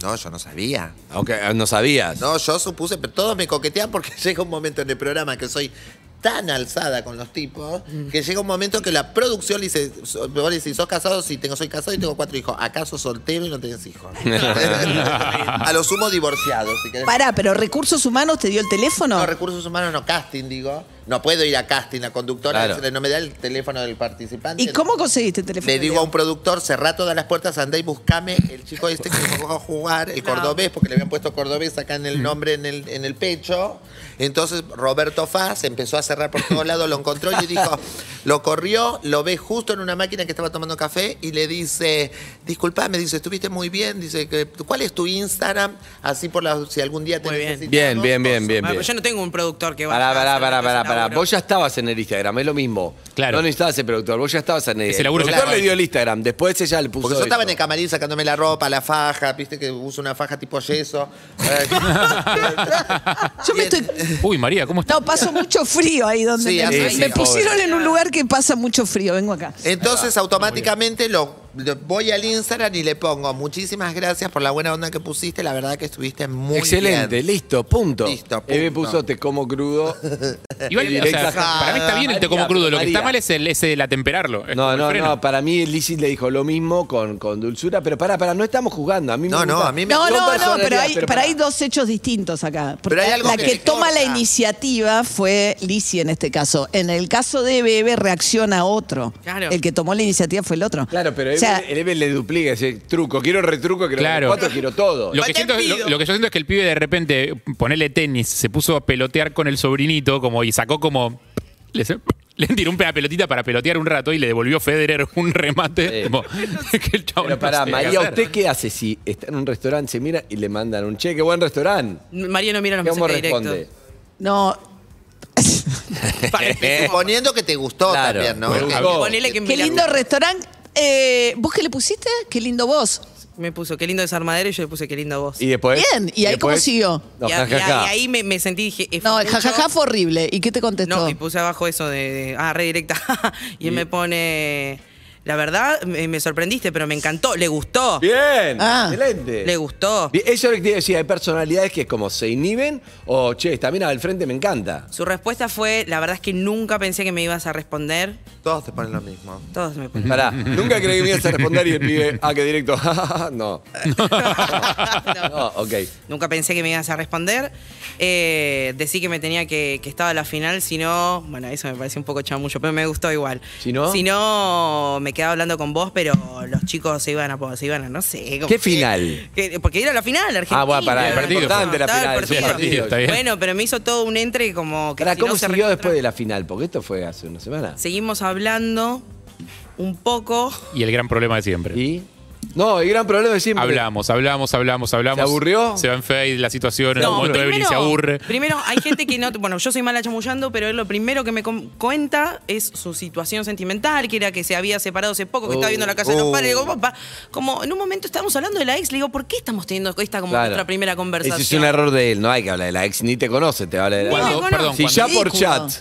[SPEAKER 2] No, yo no sabía.
[SPEAKER 11] aunque ah, no sabías?
[SPEAKER 2] No, yo supuse, pero todos me coquetean porque llega un momento en el programa que soy tan alzada con los tipos que llega un momento que la producción le dice, so- vos le decís, sos casado, sí, tengo, soy casado y tengo cuatro hijos. ¿Acaso soltero y no tenés hijos? a lo sumo divorciados, si querés.
[SPEAKER 12] Pará, pero recursos humanos te dio el teléfono.
[SPEAKER 2] No, recursos humanos no, casting, digo. No puedo ir a casting, la conductora
[SPEAKER 12] Claro.
[SPEAKER 2] decirle, no me da el teléfono del participante.
[SPEAKER 12] ¿Y cómo conseguiste el teléfono?
[SPEAKER 2] Le digo a un productor, cerrá todas las puertas, andá y buscame el chico este que me va a jugar, el cordobés, porque le habían puesto cordobés acá en el
[SPEAKER 12] Mm.
[SPEAKER 2] nombre, en el, en el pecho. Entonces Roberto Faz empezó a cerrar por todos lados, lo encontró y dijo, lo corrió, lo ve justo en una máquina que estaba tomando café y le dice, disculpa, me dice, estuviste muy bien, dice, que- ¿cuál es tu Instagram? Así por la, si algún día te necesitamos.
[SPEAKER 11] Bien, bien, bien, bien,
[SPEAKER 9] Ah,
[SPEAKER 11] bien.
[SPEAKER 9] pero yo no tengo un productor que va
[SPEAKER 11] Pará,
[SPEAKER 9] a
[SPEAKER 11] pará,
[SPEAKER 9] hacer
[SPEAKER 11] pará,
[SPEAKER 9] ese
[SPEAKER 11] pará,
[SPEAKER 9] laburo.
[SPEAKER 11] pará. Vos ya estabas en el Instagram, es lo mismo. Claro. No necesitabas el productor, vos ya estabas en el.
[SPEAKER 5] Ese
[SPEAKER 11] El
[SPEAKER 5] laburo ya
[SPEAKER 11] productor
[SPEAKER 5] estaba
[SPEAKER 11] le dio el Instagram, después ella le puso.
[SPEAKER 2] Porque yo
[SPEAKER 11] esto.
[SPEAKER 2] estaba en el camarín sacándome la ropa, la faja, viste que uso una faja tipo yeso. yo me estoy.
[SPEAKER 5] Uy, María, ¿cómo estás?
[SPEAKER 12] No, paso mucho frío ahí donde
[SPEAKER 2] Sí,
[SPEAKER 12] me,
[SPEAKER 2] hace
[SPEAKER 12] me
[SPEAKER 2] frío.
[SPEAKER 12] pusieron en un lugar que pasa mucho frío. Vengo acá.
[SPEAKER 2] Entonces automáticamente lo, lo- voy al Instagram y le pongo muchísimas gracias por la buena onda que pusiste, la verdad que estuviste muy
[SPEAKER 11] Excelente,
[SPEAKER 2] bien.
[SPEAKER 11] listo, punto.
[SPEAKER 2] Listo, punto.
[SPEAKER 11] Eve puso te como crudo.
[SPEAKER 5] Igual, o sea, para mí está bien el te como crudo. Lo que está mal es el, ese del atemperarlo. Es como
[SPEAKER 11] No,
[SPEAKER 5] el
[SPEAKER 11] no,
[SPEAKER 5] freno.
[SPEAKER 11] no, para mí Lizzy le dijo lo mismo con, con dulzura, pero para, para, no estamos jugando. A mí me
[SPEAKER 2] No, no,
[SPEAKER 11] gusta-
[SPEAKER 2] a mí
[SPEAKER 12] No,
[SPEAKER 11] Son
[SPEAKER 12] no, no, pero
[SPEAKER 11] personalidades,
[SPEAKER 12] hay, pero
[SPEAKER 11] pará.
[SPEAKER 12] hay dos hechos distintos acá. Porque
[SPEAKER 11] Pero hay algo
[SPEAKER 12] la
[SPEAKER 11] que
[SPEAKER 12] que,
[SPEAKER 11] te
[SPEAKER 12] toma la
[SPEAKER 11] corta.
[SPEAKER 12] iniciativa fue Lisi en este caso. En el caso de Bebe reacciona otro.
[SPEAKER 11] Claro.
[SPEAKER 12] El que tomó la iniciativa fue el otro.
[SPEAKER 11] Claro, pero eh,
[SPEAKER 12] O sea-
[SPEAKER 11] Eve- el Eve le duplica ese truco. Quiero retruco, quiero
[SPEAKER 5] Claro.
[SPEAKER 11] cuatro, quiero todo.
[SPEAKER 5] Lo que, siento, lo, lo que yo siento es que el pibe de repente, ponele tenis, se puso a pelotear con el sobrinito como y sacó como. le- Le tiró una pelotita para pelotear un rato y le devolvió Federer un remate. como, que el chabón
[SPEAKER 11] Pero
[SPEAKER 5] no
[SPEAKER 11] pará,
[SPEAKER 5] sabe
[SPEAKER 11] María,
[SPEAKER 5] hacer.
[SPEAKER 11] ¿usted qué hace si está en un restaurante, se mira y le mandan un cheque? Buen restaurante.
[SPEAKER 9] María no mira los
[SPEAKER 11] ¿Cómo
[SPEAKER 9] mensajes
[SPEAKER 11] responde?
[SPEAKER 9] directos.
[SPEAKER 12] No.
[SPEAKER 2] Suponiendo que te gustó
[SPEAKER 11] Claro,
[SPEAKER 2] también, ¿no?
[SPEAKER 11] me
[SPEAKER 2] Que-
[SPEAKER 11] gustó.
[SPEAKER 9] Ponele que
[SPEAKER 12] Qué
[SPEAKER 9] mira-
[SPEAKER 12] lindo restaurante. Eh, ¿Vos qué le pusiste? Qué lindo vos.
[SPEAKER 9] Me puso qué lindo desarmadero y yo le puse qué lindo vos.
[SPEAKER 11] Y después.
[SPEAKER 12] Bien, ¿y ahí cómo siguió?
[SPEAKER 11] No,
[SPEAKER 9] y, a-
[SPEAKER 11] ja, ja,
[SPEAKER 9] y a-
[SPEAKER 11] ja.
[SPEAKER 9] y ahí me, me sentí y dije. eh,
[SPEAKER 12] No, el
[SPEAKER 9] mucho.
[SPEAKER 12] jajaja fue horrible. ¿Y qué te contestó?
[SPEAKER 9] No, eh, y puse abajo eso de. de- ah, redirecta. y él
[SPEAKER 12] Y-
[SPEAKER 9] me pone. La verdad, me, me sorprendiste, pero me encantó. Le gustó.
[SPEAKER 11] Bien,
[SPEAKER 9] Ah.
[SPEAKER 11] excelente.
[SPEAKER 9] Le gustó.
[SPEAKER 11] Bien, Eso es lo que te iba a decir, hay personalidades que como se inhiben o, che, esta mina al frente me encanta.
[SPEAKER 9] Su respuesta fue: La verdad es que nunca pensé que me ibas a responder.
[SPEAKER 2] Todos te ponen lo mismo.
[SPEAKER 9] Todos me ponen.
[SPEAKER 11] Pará, nunca creí que me ibas a responder y el pibe, ah, que directo, no. no. ok.
[SPEAKER 9] Nunca pensé que me ibas a responder. Eh, decí que me tenía que, que estaba a la final, si no, bueno, eso me parece un poco chamucho, pero me gustó igual.
[SPEAKER 11] Si no-
[SPEAKER 9] Si no, me quedaba hablando con vos, pero los chicos se iban a, po- se iban a no sé. como
[SPEAKER 11] ¿Qué
[SPEAKER 9] que-
[SPEAKER 11] final?
[SPEAKER 9] que- porque era la final, Argentina.
[SPEAKER 11] Ah, bueno, pará, el partido. Importante la
[SPEAKER 9] Estaba el
[SPEAKER 11] final, es un
[SPEAKER 9] partido.
[SPEAKER 11] partido, está bien.
[SPEAKER 9] Bueno, pero me hizo todo un entre como que
[SPEAKER 11] Pará,
[SPEAKER 9] si
[SPEAKER 11] ¿cómo
[SPEAKER 9] no se
[SPEAKER 11] siguió después de la final? Porque esto fue hace una semana.
[SPEAKER 9] Seguimos hablando un poco.
[SPEAKER 5] Y el gran problema de siempre.
[SPEAKER 11] ¿Y? No, el gran problema de siempre.
[SPEAKER 5] Hablamos, hablamos, hablamos, hablamos.
[SPEAKER 11] ¿Se aburrió?
[SPEAKER 5] Se va en fade la situación, en un momento débil y se
[SPEAKER 9] primero-
[SPEAKER 5] aburre.
[SPEAKER 9] Primero, hay gente que no. Bueno, yo soy mala chamullando, pero él lo primero que me com- cuenta es su situación sentimental, que era que se había separado hace poco, que
[SPEAKER 11] Oh,
[SPEAKER 9] estaba viendo la casa de los
[SPEAKER 11] oh.
[SPEAKER 9] padres. Le digo, papá, como en un momento estábamos hablando de la ex, le digo, ¿por qué estamos teniendo esta como
[SPEAKER 11] Claro.
[SPEAKER 9] nuestra primera conversación?
[SPEAKER 11] Ese es un error de él, no hay que hablar de la ex, ni te conoce, te habla de la
[SPEAKER 5] Cuando-
[SPEAKER 11] ex.
[SPEAKER 5] perdón,
[SPEAKER 11] si
[SPEAKER 5] cuando-
[SPEAKER 11] ya por chat.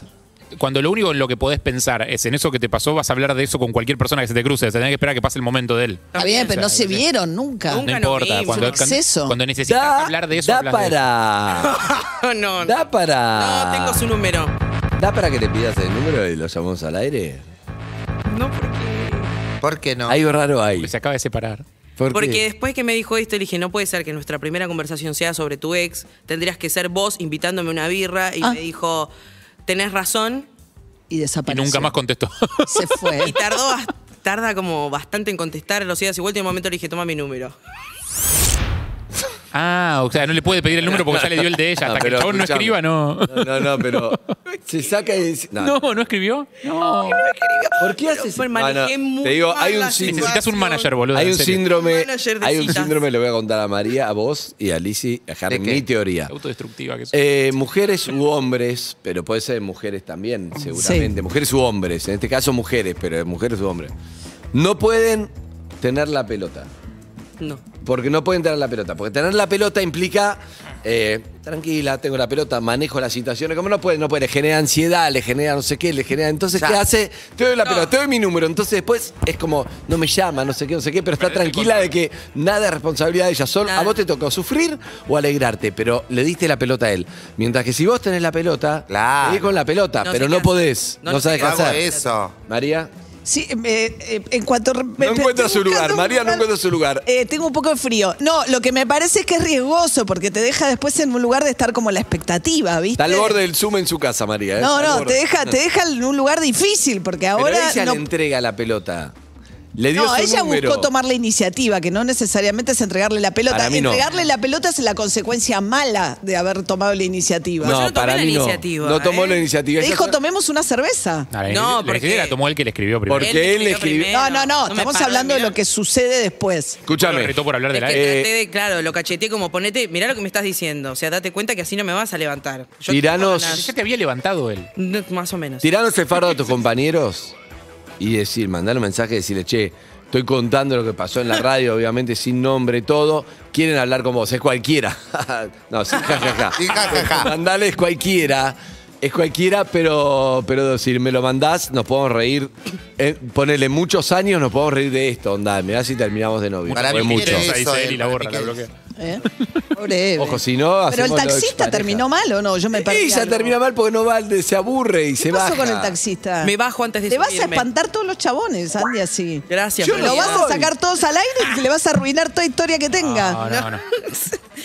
[SPEAKER 5] Cuando lo único en lo que podés pensar es en eso que te pasó, vas a hablar de eso con cualquier persona que se te cruce. Tenés que esperar a que pase el momento de él.
[SPEAKER 12] Está bien, pero no se vieron nunca.
[SPEAKER 5] No importa. Cuando,
[SPEAKER 12] Es un
[SPEAKER 5] cuando,
[SPEAKER 12] exceso.
[SPEAKER 5] cuando necesitas
[SPEAKER 11] Da-
[SPEAKER 5] hablar de eso,
[SPEAKER 11] da
[SPEAKER 5] hablas de eso.
[SPEAKER 11] para.
[SPEAKER 9] no,
[SPEAKER 11] Da para.
[SPEAKER 9] No, tengo su número.
[SPEAKER 11] ¿Da para que te pidas el número y lo llamamos al aire?
[SPEAKER 9] No, porque.
[SPEAKER 2] ¿Por qué no?
[SPEAKER 11] Algo raro ahí.
[SPEAKER 5] Se acaba de separar.
[SPEAKER 11] ¿Por
[SPEAKER 9] Porque
[SPEAKER 11] qué?
[SPEAKER 9] después que me dijo esto, le dije, no puede ser que nuestra primera conversación sea sobre tu ex, tendrías que ser vos invitándome a una birra. Y me dijo, tenés razón,
[SPEAKER 12] Y desapareció.
[SPEAKER 5] Nunca más contestó.
[SPEAKER 12] Se fue.
[SPEAKER 9] Y tardó bas- tarda como bastante en contestar los idas y vueltas y en un momento le dije, toma mi número.
[SPEAKER 5] Ah, o sea, no le puede pedir el número porque ya le dio el de ella. Hasta que el
[SPEAKER 11] pero
[SPEAKER 5] chabón no
[SPEAKER 11] escuchame.
[SPEAKER 5] escriba, no.
[SPEAKER 11] No, no, no, pero. Se saca y. dice- No,
[SPEAKER 5] No, no escribió. No.
[SPEAKER 11] ¿Por qué haces
[SPEAKER 9] Fue-
[SPEAKER 11] Ah, no,
[SPEAKER 9] manejé muy
[SPEAKER 11] Te digo,
[SPEAKER 9] mal
[SPEAKER 11] hay un
[SPEAKER 9] la
[SPEAKER 11] síndrome.
[SPEAKER 5] Necesitas un manager, boludo.
[SPEAKER 11] Hay
[SPEAKER 5] en
[SPEAKER 11] un
[SPEAKER 5] serio.
[SPEAKER 11] síndrome.
[SPEAKER 9] Manager de
[SPEAKER 11] Hay un
[SPEAKER 9] citas.
[SPEAKER 11] síndrome, le voy a contar a María, a vos y a Lizzy, a dejar mi teoría.
[SPEAKER 5] Autodestructiva que es.
[SPEAKER 11] Eh, mujeres u hombres, pero puede ser mujeres también, seguramente. Mujeres u hombres, en este caso mujeres, pero mujeres u hombres. No pueden tener la pelota.
[SPEAKER 9] No.
[SPEAKER 11] Porque no pueden tener la pelota. Porque tener la pelota implica. eh, tranquila, tengo la pelota, manejo las situaciones. Como no puede, no puede, le genera ansiedad, le genera no sé qué, le genera. Entonces,
[SPEAKER 2] Ya.
[SPEAKER 11] ¿qué hace? Te doy la pelota, te doy mi número. Entonces, después es como, no me llama, no sé qué, no sé qué, pero está tranquila de que nada es responsabilidad de ella. Solo a vos te tocó sufrir o alegrarte, pero le diste la pelota a él. Mientras que si vos tenés la pelota,
[SPEAKER 2] Claro.
[SPEAKER 11] seguís con la pelota,
[SPEAKER 9] No sé
[SPEAKER 11] pero
[SPEAKER 9] qué
[SPEAKER 11] no
[SPEAKER 9] hacer.
[SPEAKER 11] podés,
[SPEAKER 9] No
[SPEAKER 11] no,
[SPEAKER 9] sé
[SPEAKER 11] sabes
[SPEAKER 9] qué
[SPEAKER 11] qué
[SPEAKER 2] Hago
[SPEAKER 11] hacer.
[SPEAKER 2] eso.
[SPEAKER 11] María.
[SPEAKER 12] Sí, eh, eh, en cuanto...
[SPEAKER 11] No encuentra su lugar, María no encuentra su lugar.
[SPEAKER 12] Eh, tengo un poco de frío. No, lo que me parece es que es riesgoso porque te deja después en un lugar de estar como la expectativa, ¿viste?
[SPEAKER 11] Está al borde del Zoom en su casa, María. ¿eh?
[SPEAKER 12] No,
[SPEAKER 11] Está al
[SPEAKER 12] no,
[SPEAKER 11] borde.
[SPEAKER 12] te deja, te deja en un lugar difícil porque
[SPEAKER 11] Pero
[SPEAKER 12] ahora
[SPEAKER 11] ella
[SPEAKER 12] no
[SPEAKER 11] le entrega la pelota. Le dio
[SPEAKER 12] No,
[SPEAKER 11] su
[SPEAKER 12] ella
[SPEAKER 11] número.
[SPEAKER 12] buscó tomar la iniciativa, que no necesariamente es entregarle la pelota.
[SPEAKER 11] Para mí no.
[SPEAKER 12] Entregarle la pelota es la consecuencia mala de haber tomado la iniciativa.
[SPEAKER 11] No, para mí no. No tomó la iniciativa.
[SPEAKER 12] Le
[SPEAKER 11] Ella
[SPEAKER 12] ¿eh? dijo,
[SPEAKER 11] solo-
[SPEAKER 12] tomemos una cerveza.
[SPEAKER 5] Ah, la-
[SPEAKER 9] No,
[SPEAKER 5] la
[SPEAKER 9] porque-
[SPEAKER 5] idea la tomó él que le escribió primero.
[SPEAKER 11] Porque él,
[SPEAKER 9] me
[SPEAKER 11] le
[SPEAKER 9] escribió
[SPEAKER 11] escribió.
[SPEAKER 9] primero.
[SPEAKER 12] No, no, no,
[SPEAKER 9] Eh, me
[SPEAKER 12] estamos
[SPEAKER 9] paró de
[SPEAKER 12] hablando de
[SPEAKER 9] mirar.
[SPEAKER 12] lo que sucede después.
[SPEAKER 5] Lo
[SPEAKER 11] Escúchame.
[SPEAKER 5] retó por hablar de
[SPEAKER 9] Es
[SPEAKER 5] la E.
[SPEAKER 9] que
[SPEAKER 11] Eh,
[SPEAKER 9] traté de, claro, lo cacheteé como ponete, mirá lo que me estás diciendo. O sea, date cuenta que así no me vas a levantar. Yo te
[SPEAKER 11] Tiranos-
[SPEAKER 9] puedo
[SPEAKER 5] Ya
[SPEAKER 9] ganar.
[SPEAKER 5] te había levantado él.
[SPEAKER 9] No, Más o menos.
[SPEAKER 11] Tiranos el fardo a tus compañeros y decir, mandar un mensaje y decirle, che, estoy contando lo que pasó en la radio, obviamente sin nombre, todo. Quieren hablar con vos, es cualquiera. no, sí, jajaja.
[SPEAKER 2] Sí, ja, ja, ja.
[SPEAKER 11] Mandale, es cualquiera. Es cualquiera, pero, pero si me lo mandás, nos podemos reír. Eh, ponele muchos años, nos podemos reír de esto, onda. Mirá si terminamos de novio.
[SPEAKER 2] Para
[SPEAKER 11] Fue
[SPEAKER 2] mí
[SPEAKER 11] mucho.
[SPEAKER 2] quiere
[SPEAKER 5] Ahí
[SPEAKER 2] eso,
[SPEAKER 5] dice él y
[SPEAKER 2] eh,
[SPEAKER 5] la borra,
[SPEAKER 2] para
[SPEAKER 5] la
[SPEAKER 2] mí
[SPEAKER 5] bloquea.
[SPEAKER 12] ¿eh? Pobre Eve.
[SPEAKER 11] Ojo, si no,
[SPEAKER 12] Pero el
[SPEAKER 11] hacemos lo de
[SPEAKER 12] taxista
[SPEAKER 11] expareja.
[SPEAKER 12] terminó mal o no, yo me perdí.
[SPEAKER 11] Ella
[SPEAKER 12] algo.
[SPEAKER 11] termina mal porque no va, se aburre y
[SPEAKER 12] ¿Qué
[SPEAKER 11] se va.
[SPEAKER 12] pasó con el taxista?
[SPEAKER 9] Me bajo antes de
[SPEAKER 12] Te vas a
[SPEAKER 9] subirme.
[SPEAKER 12] espantar todos los chabones, Andy, así.
[SPEAKER 9] Gracias,
[SPEAKER 11] Yo
[SPEAKER 9] María.
[SPEAKER 12] Lo
[SPEAKER 11] no
[SPEAKER 12] vas a
[SPEAKER 11] soy.
[SPEAKER 12] sacar todos al aire y le vas a arruinar toda historia que tenga.
[SPEAKER 5] No, no, no.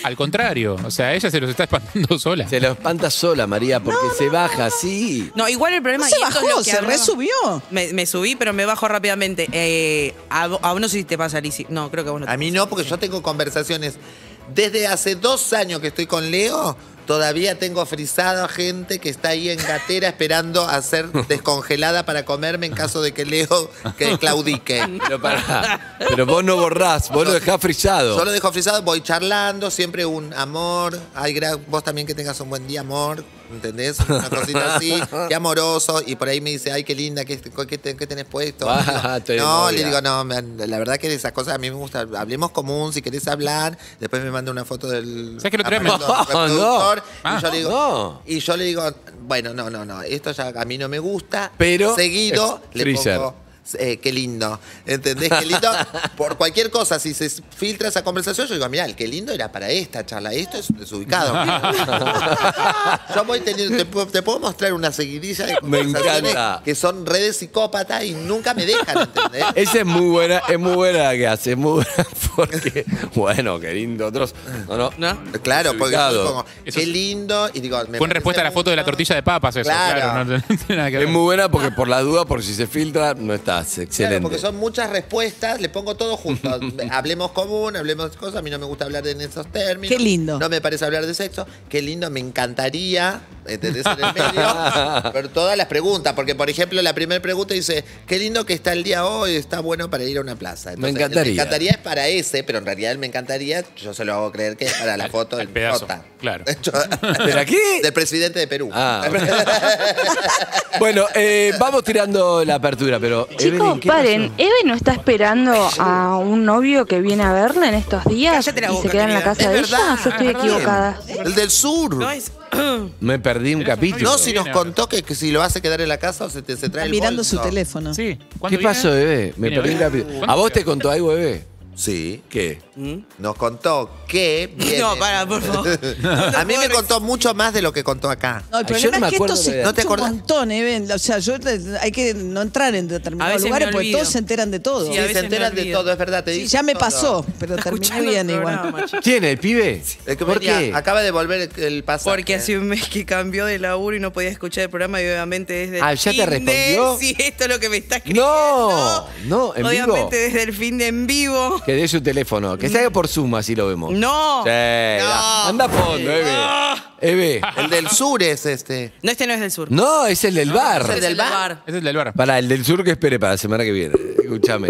[SPEAKER 5] Al contrario, o sea, ella se los está espantando sola.
[SPEAKER 11] Se lo espanta sola, María, porque se baja así.
[SPEAKER 9] No, igual el problema
[SPEAKER 12] No se
[SPEAKER 9] y esto es
[SPEAKER 12] bajó,
[SPEAKER 9] lo que
[SPEAKER 12] se
[SPEAKER 9] hablaba-
[SPEAKER 12] resubió.
[SPEAKER 9] Me, me subí, pero me bajo rápidamente. Eh, a, vo- a vos no sé si te pasa, Lizzy. No, creo que a vos no te
[SPEAKER 2] A mí no, porque yo tengo conversaciones desde hace dos años que estoy con Leo. Todavía tengo frisado a gente que está ahí en gatera esperando a ser descongelada para comerme en caso de que Leo que claudique.
[SPEAKER 11] Pero pará, pero vos no borrás, vos lo dejás frisado.
[SPEAKER 2] Solo dejo frisado, voy charlando, siempre un amor. Ay, gra- vos también que tengas un buen día, amor. ¿Entendés? Una cosita así, qué amoroso. Y por ahí me dice, ay, qué linda, qué, qué, te- qué tenés puesto.
[SPEAKER 11] Ah, te
[SPEAKER 2] no,
[SPEAKER 11] novia.
[SPEAKER 2] le digo, no, me- la verdad que de esas cosas a mí me gusta. Hablemos común, si querés hablar. Después me manda una foto del.
[SPEAKER 5] ¿Sabes que lo traes?
[SPEAKER 2] aparato
[SPEAKER 5] No,
[SPEAKER 2] reproductor. Y,
[SPEAKER 5] no. Ah,
[SPEAKER 2] yo le digo,
[SPEAKER 5] no.
[SPEAKER 2] y yo le digo, bueno, no, no, no, esto ya a mí no me gusta.
[SPEAKER 11] Pero
[SPEAKER 2] Seguido
[SPEAKER 11] es
[SPEAKER 2] le
[SPEAKER 11] freezer.
[SPEAKER 2] pongo. eh, qué lindo. ¿Entendés? Qué lindo. Por cualquier cosa, si se filtra esa conversación, yo digo, mirá, el qué lindo era para esta charla. Esto es desubicado. Yo voy teniendo, te, puedo- te puedo mostrar una seguidilla de
[SPEAKER 11] Me
[SPEAKER 2] conversaciones
[SPEAKER 11] encanta.
[SPEAKER 2] que son redes psicópatas y nunca me dejan, ¿entendés?
[SPEAKER 11] Esa es muy buena, es muy buena la que hace, es muy buena porque, bueno, qué lindo, otros, no, no,
[SPEAKER 2] Claro, porque yo
[SPEAKER 11] Desubicado.
[SPEAKER 2] pongo, qué lindo, y digo, me
[SPEAKER 5] Fue en respuesta a la foto de la tortilla de papas, eso.
[SPEAKER 2] Claro.
[SPEAKER 5] Claro, no tiene nada que ver.
[SPEAKER 11] Es muy buena porque por la duda, por si se filtra, no estás,
[SPEAKER 2] Claro,
[SPEAKER 11] excelente.
[SPEAKER 2] porque son muchas respuestas, le pongo todo junto. hablemos común, hablemos de cosas, a mí no me gusta hablar en esos términos.
[SPEAKER 12] Qué lindo.
[SPEAKER 2] No me parece hablar de sexo. Qué lindo, me encantaría, ¿entendés? En el medio. Pero todas las preguntas, porque por ejemplo, la primera pregunta dice, qué lindo que está el día hoy, está bueno para ir a una plaza.
[SPEAKER 11] Me
[SPEAKER 2] el Me
[SPEAKER 11] encantaría.
[SPEAKER 2] encantaría es para ese, pero en realidad el me encantaría, yo se lo hago creer que es para la foto del
[SPEAKER 5] Pedazo.
[SPEAKER 2] Jota.
[SPEAKER 5] Claro.
[SPEAKER 11] ¿Pero aquí? Ah.
[SPEAKER 2] Del presidente de Perú.
[SPEAKER 11] Bueno, eh, vamos tirando la apertura, pero.
[SPEAKER 15] Chicos,
[SPEAKER 11] Evelyn, ¿qué
[SPEAKER 15] paren, ¿Eve no está esperando a un novio que viene a verla en estos días y se queda en la casa de ella? Yo estoy equivocada.
[SPEAKER 2] El del sur.
[SPEAKER 11] pasó? Me perdí un capítulo.
[SPEAKER 2] No, si nos contó que, que si lo hace quedar en la casa o se te se trae el
[SPEAKER 12] mirando
[SPEAKER 2] bolso.
[SPEAKER 12] su teléfono.
[SPEAKER 5] Sí.
[SPEAKER 11] ¿Qué pasó, bebé? Me
[SPEAKER 2] Viene
[SPEAKER 11] perdí un
[SPEAKER 2] hoy.
[SPEAKER 11] capítulo.
[SPEAKER 2] ¿Cuándo
[SPEAKER 11] ¿A vos te contó algo, bebé?
[SPEAKER 2] Sí.
[SPEAKER 11] ¿Qué?
[SPEAKER 2] Nos contó que viene.
[SPEAKER 9] No, para, por favor.
[SPEAKER 2] A mí me contó mucho más de lo que contó acá.
[SPEAKER 12] No, el problema es que esto se
[SPEAKER 2] ¿No te
[SPEAKER 12] escucha un
[SPEAKER 2] acordás?
[SPEAKER 12] montón, ¿eh? Ven, O sea, yo te- hay que no entrar en
[SPEAKER 2] A
[SPEAKER 12] determinados
[SPEAKER 2] veces me
[SPEAKER 12] lugares porque
[SPEAKER 2] olvido.
[SPEAKER 12] todos se enteran de todo.
[SPEAKER 2] Sí, a Sí, se veces me enteran de olvido. todo, es verdad, te
[SPEAKER 12] Sí,
[SPEAKER 2] dicen
[SPEAKER 12] ya me
[SPEAKER 2] todo.
[SPEAKER 12] pasó, pero terminé
[SPEAKER 9] escuchando
[SPEAKER 12] bien
[SPEAKER 9] el
[SPEAKER 12] igual.
[SPEAKER 9] programa, chicos.
[SPEAKER 11] ¿Quién? ¿El pibe?
[SPEAKER 2] El que
[SPEAKER 11] ¿Por
[SPEAKER 2] venía,
[SPEAKER 11] qué?
[SPEAKER 2] Acaba de volver el- el pasaje.
[SPEAKER 9] Porque hace un mes que cambió de laburo y no podía escuchar el programa y obviamente desde
[SPEAKER 11] Ah,
[SPEAKER 9] el
[SPEAKER 11] ¿ya te
[SPEAKER 9] fin de-
[SPEAKER 11] respondió?
[SPEAKER 9] Sí, esto es lo que me está escribiendo.
[SPEAKER 11] No, no, en
[SPEAKER 9] obviamente
[SPEAKER 11] vivo.
[SPEAKER 9] desde el fin de en vivo.
[SPEAKER 11] Que dé su teléfono. Que salga por Zoom, así lo vemos.
[SPEAKER 9] No.
[SPEAKER 11] Sí, da- Anda a fondo, Eve. Eve.
[SPEAKER 2] El del sur es este.
[SPEAKER 9] No, este no es del sur.
[SPEAKER 11] No, es el del bar.
[SPEAKER 9] Es el del bar.
[SPEAKER 5] Es el del bar.
[SPEAKER 11] Para el del sur que espere para la semana que viene. Escúchame.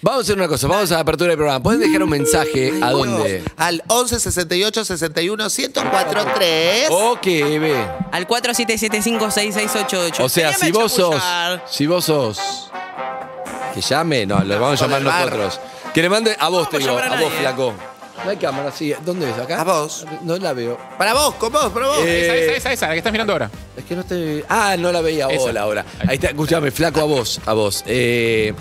[SPEAKER 11] Vamos a hacer una cosa, vamos a la apertura del programa. ¿Pueden dejar un mensaje a dónde?
[SPEAKER 2] Al 11 68 61 1043. 3.
[SPEAKER 11] Ok, Eve.
[SPEAKER 9] Al 47756688.
[SPEAKER 11] O sea, si
[SPEAKER 9] Quería
[SPEAKER 11] vos sos.
[SPEAKER 9] chapullar.
[SPEAKER 11] Si vos sos. Que llame, no, lo vamos a
[SPEAKER 2] Con
[SPEAKER 11] llamar
[SPEAKER 2] el bar.
[SPEAKER 11] nosotros. Que le mande a vos, te digo,
[SPEAKER 2] llamar a
[SPEAKER 11] a vos,
[SPEAKER 2] nadie. eh.
[SPEAKER 11] flaco. No hay cámara, sí. ¿Dónde es? ¿Acá? A
[SPEAKER 2] vos.
[SPEAKER 11] No la veo.
[SPEAKER 2] Para vos, con vos, para vos.
[SPEAKER 11] Eh,
[SPEAKER 5] Esa, esa, esa, esa, la que estás mirando ahora.
[SPEAKER 11] Es que no te. Ah, no la veía
[SPEAKER 5] Esa.
[SPEAKER 11] hola, ahora. Ahí está, escúchame, flaco a vos, a vos. Eh,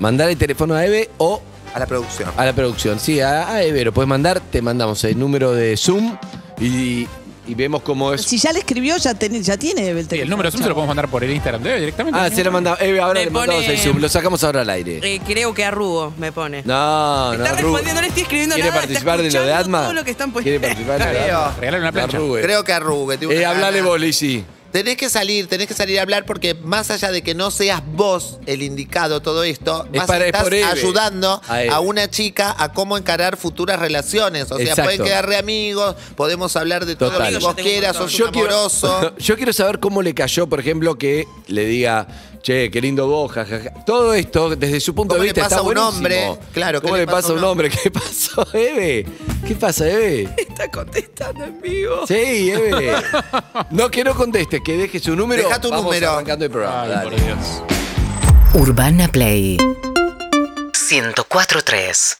[SPEAKER 11] mandar el teléfono a Eve o.
[SPEAKER 2] A la producción.
[SPEAKER 11] A la producción, sí, a, a Eve, lo puedes mandar, te mandamos el número de Zoom y, y vemos cómo es.
[SPEAKER 12] Si ya le escribió, ya, ten- ya tiene el teléfono.
[SPEAKER 5] El número Zoom se lo podemos mandar por el Instagram de Eve directamente.
[SPEAKER 11] Ah, se lo mandamos. Eve, ahora
[SPEAKER 9] Me
[SPEAKER 11] le mandamos
[SPEAKER 9] pone-
[SPEAKER 11] el Zoom, lo sacamos ahora al aire.
[SPEAKER 9] Eh, creo que arrugo, me pone.
[SPEAKER 11] No, no,
[SPEAKER 9] está
[SPEAKER 11] Ru-
[SPEAKER 9] respondiendo, no le estoy escribiendo
[SPEAKER 11] ¿Quiere
[SPEAKER 9] nada.
[SPEAKER 11] participar de lo de Atma?
[SPEAKER 9] Todo lo que están
[SPEAKER 11] ¿Quiere participar de lo de
[SPEAKER 2] Creo.
[SPEAKER 11] Atma?
[SPEAKER 2] Regálale una plancha.
[SPEAKER 11] Arrugue.
[SPEAKER 2] Creo que arrugue. tiene una
[SPEAKER 11] Pues, Eh, hablale
[SPEAKER 2] gana.
[SPEAKER 11] vos, Lizzy.
[SPEAKER 2] Tenés que salir, tenés que salir a hablar porque más allá de que no seas vos el indicado todo esto,
[SPEAKER 11] Es
[SPEAKER 2] más
[SPEAKER 11] para- es
[SPEAKER 2] estás
[SPEAKER 11] por Eve.
[SPEAKER 2] ayudando
[SPEAKER 11] A
[SPEAKER 2] a,
[SPEAKER 11] Eve.
[SPEAKER 2] una chica a cómo encarar futuras relaciones. O sea,
[SPEAKER 11] Exacto.
[SPEAKER 2] pueden quedar re amigos, podemos hablar de todo
[SPEAKER 11] Total.
[SPEAKER 2] lo que vos quieras, sos un amoroso.
[SPEAKER 11] Quiero, yo quiero saber cómo le cayó, por ejemplo, que le diga, che, qué lindo vos, jajaja. Todo esto, desde su punto
[SPEAKER 2] ¿Cómo
[SPEAKER 11] de
[SPEAKER 2] le
[SPEAKER 11] vista,
[SPEAKER 2] pasa
[SPEAKER 11] está
[SPEAKER 2] a un
[SPEAKER 11] buenísimo.
[SPEAKER 2] hombre? Claro,
[SPEAKER 11] ¿cómo le pasa a un hombre? ¿Qué pasó, Eve? ¿Qué pasa, Eve?
[SPEAKER 9] Está contestando en vivo.
[SPEAKER 11] Sí, Eve. No, que no conteste, que deje su número.
[SPEAKER 2] Deja tu
[SPEAKER 11] Vamos
[SPEAKER 2] número.
[SPEAKER 11] arrancando el programa. dale.
[SPEAKER 17] Urbana Play 104.3